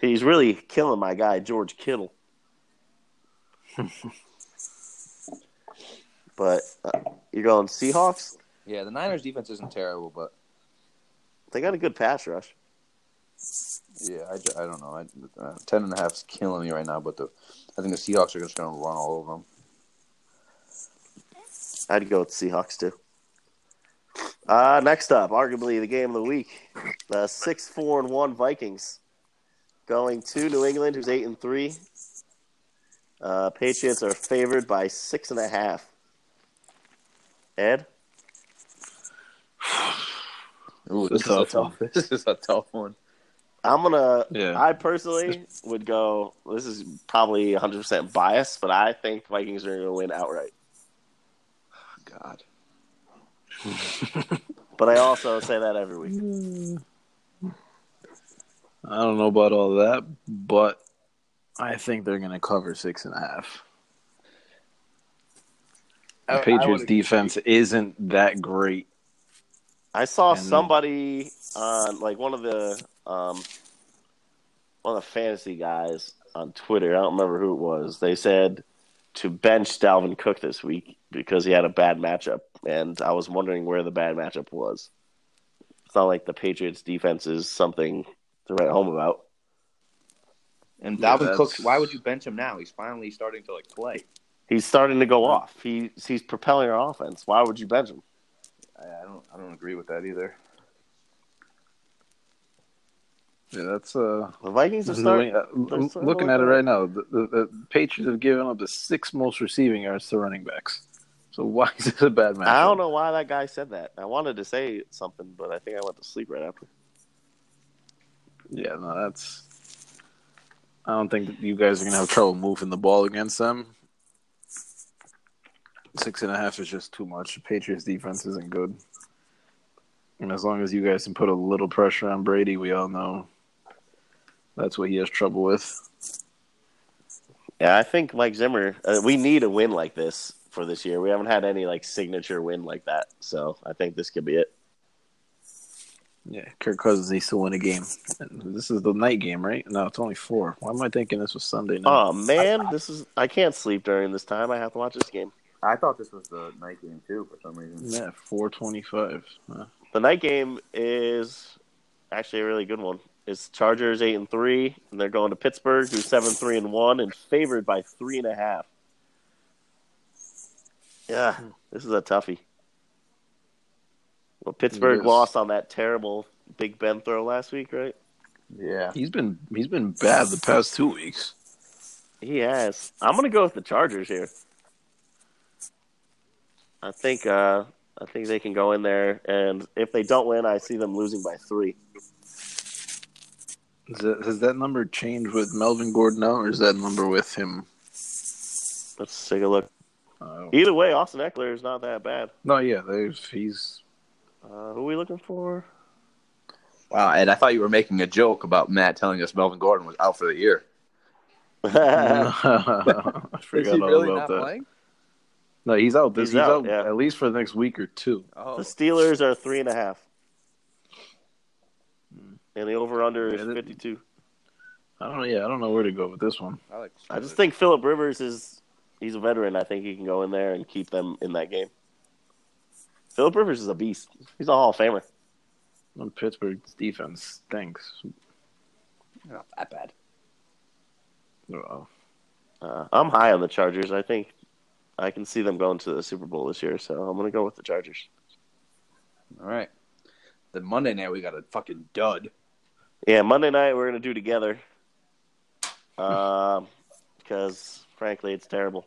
[SPEAKER 2] He's really killing my guy George Kittle. but uh, you're going Seahawks.
[SPEAKER 3] Yeah, the Niners defense isn't terrible, but
[SPEAKER 2] They got a good pass rush.
[SPEAKER 3] yeah, I, ju- I don't know. I, uh, ten and a half is killing me right now, but the I think the Seahawks are just going to run all over them.
[SPEAKER 2] I'd go with Seahawks too. Uh, next up, arguably the game of the week, the six four and one Vikings going to New England, who's eight and three. Uh, Patriots are favored by six and a half. Ed,
[SPEAKER 3] Ooh,
[SPEAKER 6] This is a tough-
[SPEAKER 3] This is a tough one.
[SPEAKER 2] I'm gonna
[SPEAKER 6] Yeah.
[SPEAKER 2] I personally would go. This is probably 100 percent biased, but I think Vikings are going to win outright.
[SPEAKER 3] God.
[SPEAKER 2] But I also say that every week.
[SPEAKER 4] I don't know about all that, but I think they're going to cover six and a half. The Patriots defense isn't that great.
[SPEAKER 2] I saw
[SPEAKER 4] And-
[SPEAKER 2] somebody on like one of the um, one of the fantasy guys on Twitter. I don't remember who it was. They said to bench Dalvin Cook this week because he had a bad matchup, and I was wondering where the bad matchup was. It's not like the Patriots defense is something to write home about.
[SPEAKER 3] And
[SPEAKER 4] Yeah,
[SPEAKER 3] Dalvin
[SPEAKER 4] that's-
[SPEAKER 3] Cook, why would you bench him now? He's finally starting to like play.
[SPEAKER 2] He's starting to go off. He he's propelling our offense. Why would you bench him?
[SPEAKER 3] I, I don't I don't agree with that either.
[SPEAKER 4] Yeah, that's uh.
[SPEAKER 2] The Vikings are
[SPEAKER 4] New
[SPEAKER 2] starting.
[SPEAKER 4] Eng-
[SPEAKER 2] they're
[SPEAKER 4] uh, I'm
[SPEAKER 2] starting to
[SPEAKER 4] looking
[SPEAKER 2] look
[SPEAKER 4] at it
[SPEAKER 2] bad.
[SPEAKER 4] right now. The, the, the Patriots have given up the sixth most receiving yards to running backs. So why is this a bad match?
[SPEAKER 2] I don't know why that guy said that. I wanted to say something, but I think I went to sleep right after.
[SPEAKER 4] Yeah, no, that's. I don't think that you guys are gonna have trouble moving the ball against them. Six and a half is just too much. Patriots defense isn't good, and as long as you guys can put a little pressure on Brady, we all know that's what he has trouble with.
[SPEAKER 2] Yeah, I think Mike Zimmer. Uh, we need a win like this for this year. We haven't had any like signature win like that, so I think this could be it.
[SPEAKER 4] Yeah, Kirk Cousins needs to win a game. And this is the night game, right? No, it's only four. Why am I thinking this was Sunday night?
[SPEAKER 2] Oh man, this is. I can't sleep during this time. I have to watch this game.
[SPEAKER 3] I thought this was the night game too for some reason.
[SPEAKER 4] yeah, four twenty-five. Huh.
[SPEAKER 2] The night game is actually a really good one. It's Chargers eight and three, and they're going to Pittsburgh, who's seven three and one, and favored by three and a half. Yeah, this is a toughie. Well, Pittsburgh
[SPEAKER 4] is.
[SPEAKER 2] lost on that terrible Big Ben throw last week, right?
[SPEAKER 3] Yeah.
[SPEAKER 4] He's been he's been bad the past two weeks.
[SPEAKER 2] He has. I'm gonna go with the Chargers here. I think. uh I think they can go in there, and if they don't win, I see them losing by three.
[SPEAKER 4] Is that, has that number changed with Melvin Gordon now, or is that number with him?
[SPEAKER 2] Let's take a look.
[SPEAKER 4] Uh,
[SPEAKER 2] Either way, Austin Eckler is not that bad.
[SPEAKER 4] no, yeah, they've, he's
[SPEAKER 2] Uh, who are we looking for?
[SPEAKER 3] Wow, and I thought you were making a joke about Matt telling us Melvin Gordon was out for the year.
[SPEAKER 2] yeah,
[SPEAKER 4] I forgot all about that. No, he's out. This,
[SPEAKER 2] He's
[SPEAKER 4] he's, out,
[SPEAKER 2] out, yeah.
[SPEAKER 4] at least for the next week or two.
[SPEAKER 2] the
[SPEAKER 3] Oh,
[SPEAKER 2] Steelers are three and a half, and the over/under is
[SPEAKER 4] Yeah, that-
[SPEAKER 2] fifty-two.
[SPEAKER 4] I don't. Yeah, I don't know where to go with this one.
[SPEAKER 3] I, like
[SPEAKER 2] I just think Philip Rivers is—he's a veteran. I think he can go in there and keep them in that game. Philip Rivers is a beast. He's a Hall of Famer.
[SPEAKER 4] And Pittsburgh's defense stinks.
[SPEAKER 3] not that bad.
[SPEAKER 7] Oh,
[SPEAKER 2] Uh, I'm high on the Chargers. I think I can see them going to the Super Bowl this year, so I'm going to go with the Chargers.
[SPEAKER 3] All right. The Monday night we got a fucking dud.
[SPEAKER 2] Yeah, Monday night we're going to do together. Um, because frankly, it's terrible.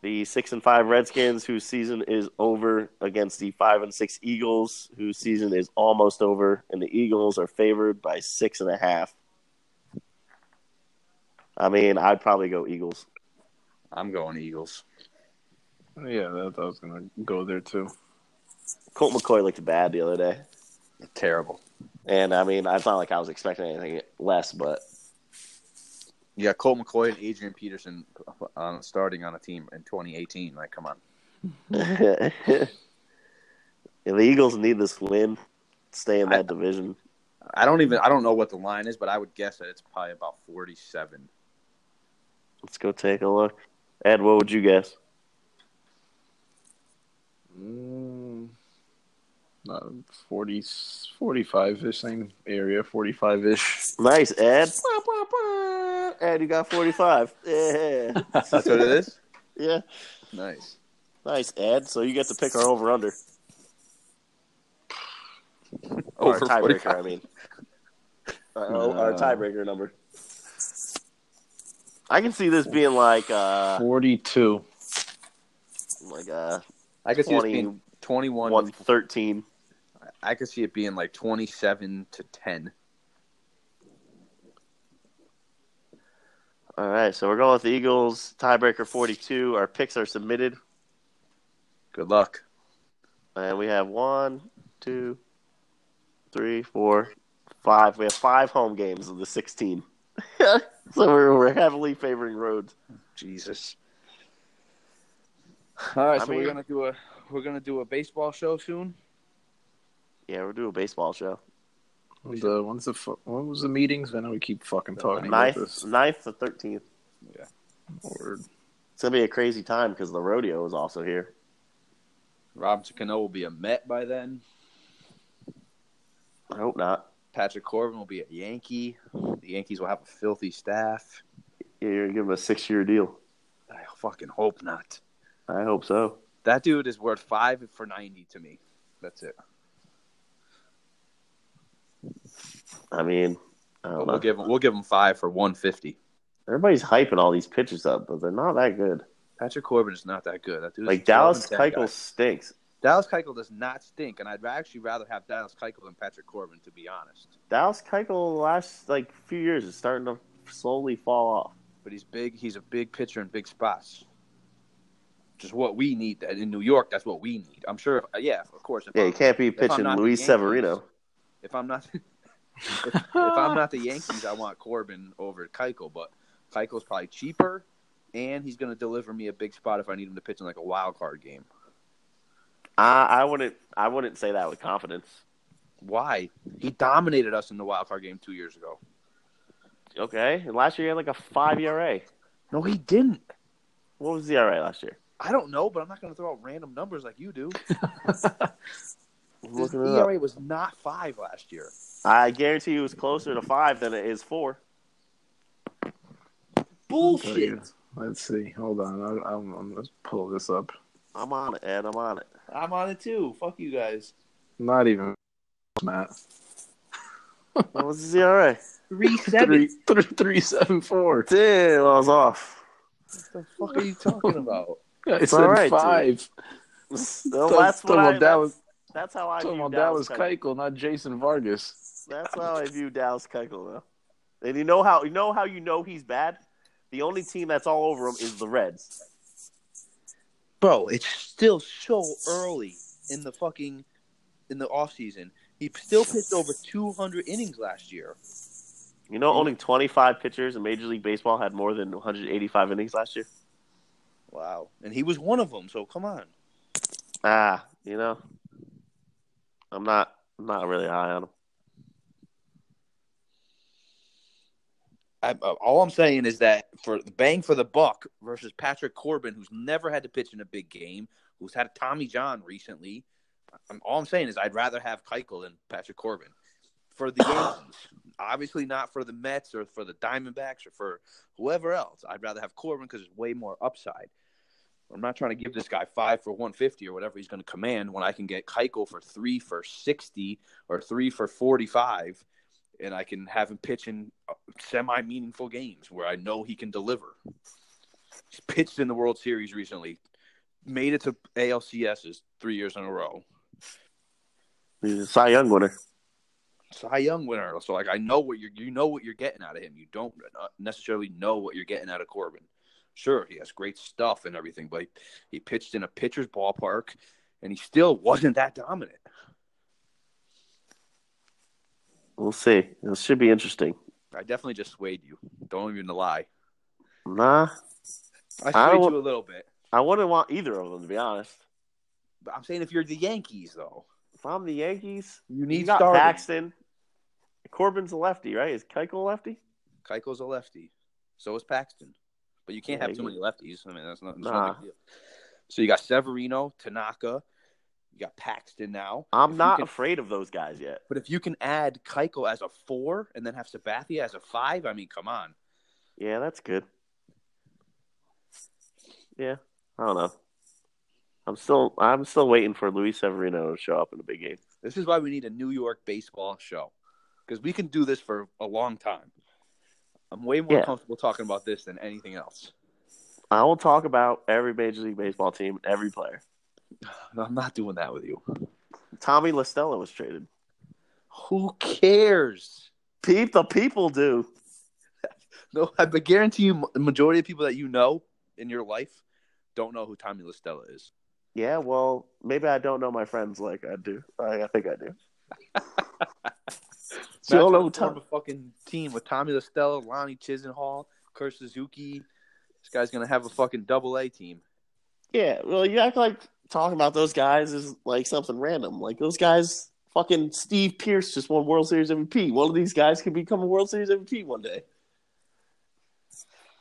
[SPEAKER 2] The six and five Redskins, whose season is over, against the five and six Eagles, whose season is almost over, and the Eagles are favored by six and a half. I mean, I'd probably go Eagles.
[SPEAKER 3] I'm going Eagles.
[SPEAKER 7] yeah, that, I was gonna go there too.
[SPEAKER 2] Colt McCoy looked bad the other day.
[SPEAKER 3] Terrible.
[SPEAKER 2] And I mean, it's not like I was expecting anything less, but
[SPEAKER 3] Yeah, Colt McCoy and Adrian Peterson uh, starting on a team in 2018. Like, come on.
[SPEAKER 2] the Eagles need this win, stay in that division.
[SPEAKER 3] I don't even. I don't know what the line is, but I would guess that it's probably about 47.
[SPEAKER 2] Let's go take a look. Ed, what would you guess?
[SPEAKER 7] Mm, uh, 40, 45 ish same area, forty five ish.
[SPEAKER 2] Nice, Ed. Ed, you got 45. Yeah.
[SPEAKER 3] That's what it is.
[SPEAKER 2] yeah.
[SPEAKER 3] Nice.
[SPEAKER 2] Nice, Ed. So you get to pick our over under.
[SPEAKER 3] Over
[SPEAKER 2] our tiebreaker,
[SPEAKER 3] 45.
[SPEAKER 2] I mean. Our, our tiebreaker number. I can see this being like uh
[SPEAKER 7] Forty two.
[SPEAKER 2] like uh
[SPEAKER 3] I could see it
[SPEAKER 2] 20
[SPEAKER 3] being 21.
[SPEAKER 2] one thirteen.
[SPEAKER 3] I could see it being like 27 to 10.
[SPEAKER 2] All right, so we're going with the Eagles tiebreaker 42. Our picks are submitted,
[SPEAKER 3] Good luck.
[SPEAKER 2] and we have one, two, three, four, five. We have five home games of the 16. so we're, we're heavily favoring roads.
[SPEAKER 3] Jesus. All right,
[SPEAKER 2] I
[SPEAKER 3] so
[SPEAKER 2] mean-
[SPEAKER 3] we're gonna do a we're gonna do a baseball show soon.
[SPEAKER 2] Yeah, we'll do a baseball show.
[SPEAKER 7] The when's the fu- when was the meetings? I know we keep fucking talking about
[SPEAKER 2] Ninth,
[SPEAKER 7] this.
[SPEAKER 2] ninth to 13th.
[SPEAKER 7] Or
[SPEAKER 2] It's going to be a crazy time because the rodeo is also here.
[SPEAKER 3] Robinson Cano will be a Met by then.
[SPEAKER 2] I hope not.
[SPEAKER 3] Patrick Corbin will be a Yankee. The Yankees will have a filthy staff.
[SPEAKER 2] Yeah, you're going to give him a six year deal.
[SPEAKER 3] I fucking hope not.
[SPEAKER 2] I hope so.
[SPEAKER 3] That dude is worth five for ninety to me. That's it.
[SPEAKER 2] I mean, I don't know.
[SPEAKER 3] We'll give him we'll give him five for one fifty.
[SPEAKER 2] Everybody's hyping all these pitchers up, but they're not that good.
[SPEAKER 3] Patrick Corbin is not that good. That dude is
[SPEAKER 2] Like
[SPEAKER 3] a 12
[SPEAKER 2] Dallas
[SPEAKER 3] and 10 guy.
[SPEAKER 2] Keuchel stinks.
[SPEAKER 3] Dallas Keuchel does not stink, and I'd actually rather have Dallas Keuchel than Patrick Corbin, to be honest.
[SPEAKER 2] Dallas Keuchel the last like few years is starting to slowly fall off.
[SPEAKER 3] But he's big. He's a big pitcher in big spots. Just what we need that in New York. That's what we need. I'm sure. Yeah, of course. If,
[SPEAKER 2] Yeah,
[SPEAKER 3] I'm,
[SPEAKER 2] you can't be
[SPEAKER 3] I'm
[SPEAKER 2] pitching
[SPEAKER 3] not the
[SPEAKER 2] Luis
[SPEAKER 3] Yankees.
[SPEAKER 2] Severino.
[SPEAKER 3] if I'm not, if, if I'm not the Yankees, I want Corbin over Keuchel. But Keuchel's probably cheaper, and he's going to deliver me a big spot if I need him to pitch in like a wild card game.
[SPEAKER 2] I, I wouldn't. I wouldn't say that with confidence.
[SPEAKER 3] Why? He dominated us in the wild card game two years ago.
[SPEAKER 2] Okay, and last year he had like a five ERA.
[SPEAKER 3] No, he didn't.
[SPEAKER 2] What was the ERA last year?
[SPEAKER 3] I don't know, but I'm not going to throw out random numbers like you do.
[SPEAKER 2] I'm
[SPEAKER 3] His
[SPEAKER 2] looking it up.
[SPEAKER 3] ERA was not five last year.
[SPEAKER 2] I guarantee you it was closer to five than it is four.
[SPEAKER 7] I'll tell you. Oh, Let's see. Hold on. I, I'm, I'm let's pull this up.
[SPEAKER 2] I'm on it, Ed. I'm on it.
[SPEAKER 3] I'm on it too. Fuck you guys.
[SPEAKER 7] Not even Matt.
[SPEAKER 2] What was his E ERA?
[SPEAKER 3] Three
[SPEAKER 7] Three, three, three, seven, four.
[SPEAKER 2] Damn, I was off.
[SPEAKER 3] What the fuck are you talking about?
[SPEAKER 7] I
[SPEAKER 2] It's
[SPEAKER 7] said
[SPEAKER 2] all right,
[SPEAKER 7] five.
[SPEAKER 2] Well,
[SPEAKER 7] Talk-
[SPEAKER 2] that's
[SPEAKER 7] talking
[SPEAKER 2] what
[SPEAKER 7] about
[SPEAKER 2] I,
[SPEAKER 7] Dallas-
[SPEAKER 2] That's, that's how I
[SPEAKER 7] Talking
[SPEAKER 2] view
[SPEAKER 7] about
[SPEAKER 2] Dallas.
[SPEAKER 7] Dallas
[SPEAKER 2] Keuchel.
[SPEAKER 7] Keuchel, not Jason Vargas.
[SPEAKER 2] That's how I view Dallas Keuchel, though. And you know how you know how you know he's bad. The only team that's all over him is the Reds.
[SPEAKER 3] Bro, it's still so early in the fucking in the off season. He still pitched over 200 innings last year.
[SPEAKER 2] You know, only 25 pitchers in Major League Baseball had more than 185 innings last year.
[SPEAKER 3] Wow. And he was one of them, so come on.
[SPEAKER 2] Ah, you know, I'm not I'm not really high on him.
[SPEAKER 3] I, uh, all I'm saying is that for the bang for the buck versus Patrick Corbin, who's never had to pitch in a big game, who's had Tommy John recently, I'm, all I'm saying is I'd rather have Keuchel than Patrick Corbin. for the Yankees. Obviously not for the Mets or for the Diamondbacks or for whoever else. I'd rather have Corbin because there's way more upside. I'm not trying to give this guy five for 150 or whatever he's going to command when I can get Keiko for three for 60 or three for 45, and I can have him pitching semi meaningful games where I know he can deliver. He's pitched in the World Series recently, made it to ALCSs three years in a row.
[SPEAKER 2] He's a Cy Young winner.
[SPEAKER 3] Cy Young winner. So like I know what you're you know what you're getting out of him. You don't necessarily know what you're getting out of Corbin. Sure, he has great stuff and everything, but he, he pitched in a pitcher's ballpark, and he still wasn't that dominant.
[SPEAKER 2] We'll see. This should be interesting.
[SPEAKER 3] I definitely just swayed you. Don't even lie.
[SPEAKER 2] Nah,
[SPEAKER 3] I swayed
[SPEAKER 2] I don't-
[SPEAKER 3] you a little bit.
[SPEAKER 2] I wouldn't want either of them to be honest.
[SPEAKER 3] But I'm saying if you're the Yankees though,
[SPEAKER 2] If I'm the Yankees,
[SPEAKER 3] you
[SPEAKER 2] you
[SPEAKER 3] need
[SPEAKER 2] got
[SPEAKER 3] starters.
[SPEAKER 2] Paxton. Corbin's a lefty, right? Is Keiko a lefty?
[SPEAKER 3] Keiko's a lefty. So is Paxton. But you can't
[SPEAKER 2] Yeah,
[SPEAKER 3] have too
[SPEAKER 2] you-
[SPEAKER 3] many lefties. I mean, that's not, that's
[SPEAKER 2] Nah.
[SPEAKER 3] no big deal. So you got Severino, Tanaka, you got Paxton now.
[SPEAKER 2] I'm
[SPEAKER 3] If you
[SPEAKER 2] not
[SPEAKER 3] can-
[SPEAKER 2] afraid of those guys yet.
[SPEAKER 3] But if you can add Keiko as a four and then have Sabathia as a five, I mean, come on.
[SPEAKER 2] Yeah, that's good. Yeah, I don't know. I'm still I'm still waiting for Luis Severino to show up in a big game.
[SPEAKER 3] This is why we need a New York baseball show because we can do this for a long time. I'm way more
[SPEAKER 2] Yeah.
[SPEAKER 3] comfortable talking about this than anything else.
[SPEAKER 2] I will talk about every Major League Baseball team, every player.
[SPEAKER 3] No, I'm not doing that with you.
[SPEAKER 2] Tommy Listella was traded.
[SPEAKER 3] Who cares?
[SPEAKER 2] Peep the people do.
[SPEAKER 3] No, I but guarantee you, the majority of people that you know in your life don't know who Tommy Listella is.
[SPEAKER 2] Yeah, well, maybe I don't know my friends like I do. I, I think I do. so I don't know
[SPEAKER 3] Imagine
[SPEAKER 2] Tom-
[SPEAKER 3] form a fucking team with Tommy Listella, Lonnie Chisenhall, Kurt Suzuki. This guy's gonna have a fucking double A team.
[SPEAKER 2] Yeah, well, you act like talking about those guys is like something random. Like those guys, fucking Steve Pierce just won World Series MVP. One of these guys could become a World Series MVP one day.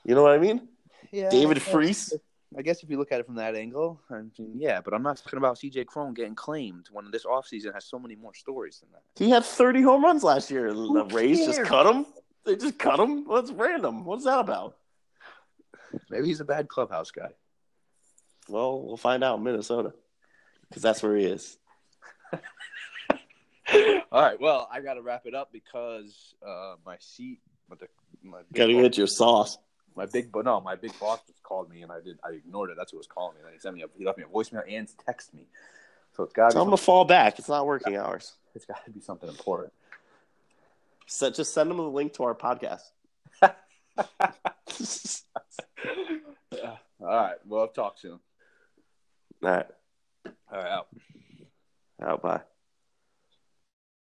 [SPEAKER 2] You know what I mean?
[SPEAKER 3] Yeah,
[SPEAKER 2] David
[SPEAKER 3] I guess-
[SPEAKER 2] Freese.
[SPEAKER 3] I guess if you look at it from that angle, I mean, yeah, but I'm not talking about CJ Crone getting claimed when this offseason has so many more stories than that.
[SPEAKER 2] He had 30 home runs last year, and the
[SPEAKER 3] Who
[SPEAKER 2] Rays just
[SPEAKER 3] cares?
[SPEAKER 2] cut him. They just cut him. What's random? What's that about?
[SPEAKER 3] Maybe he's a bad clubhouse guy.
[SPEAKER 2] Well, we'll find out in Minnesota because that's where he is.
[SPEAKER 3] All right, well, I got to wrap it up because uh, my seat, but the, my big
[SPEAKER 2] Gotta
[SPEAKER 3] boss-
[SPEAKER 2] get your sauce.
[SPEAKER 3] my big, but no, my big boss just called me and I did, I ignored it. That's who was calling me. And he sent me, a, he left me a voicemail and texted me. So it's got
[SPEAKER 2] Tell him to
[SPEAKER 3] to
[SPEAKER 2] fall back. It's not working hours.
[SPEAKER 3] it's got to be something important.
[SPEAKER 2] So just send him the link to our podcast.
[SPEAKER 3] All right, well, I'll talk soon.
[SPEAKER 2] All right.
[SPEAKER 3] All right, out.
[SPEAKER 2] Out. Bye.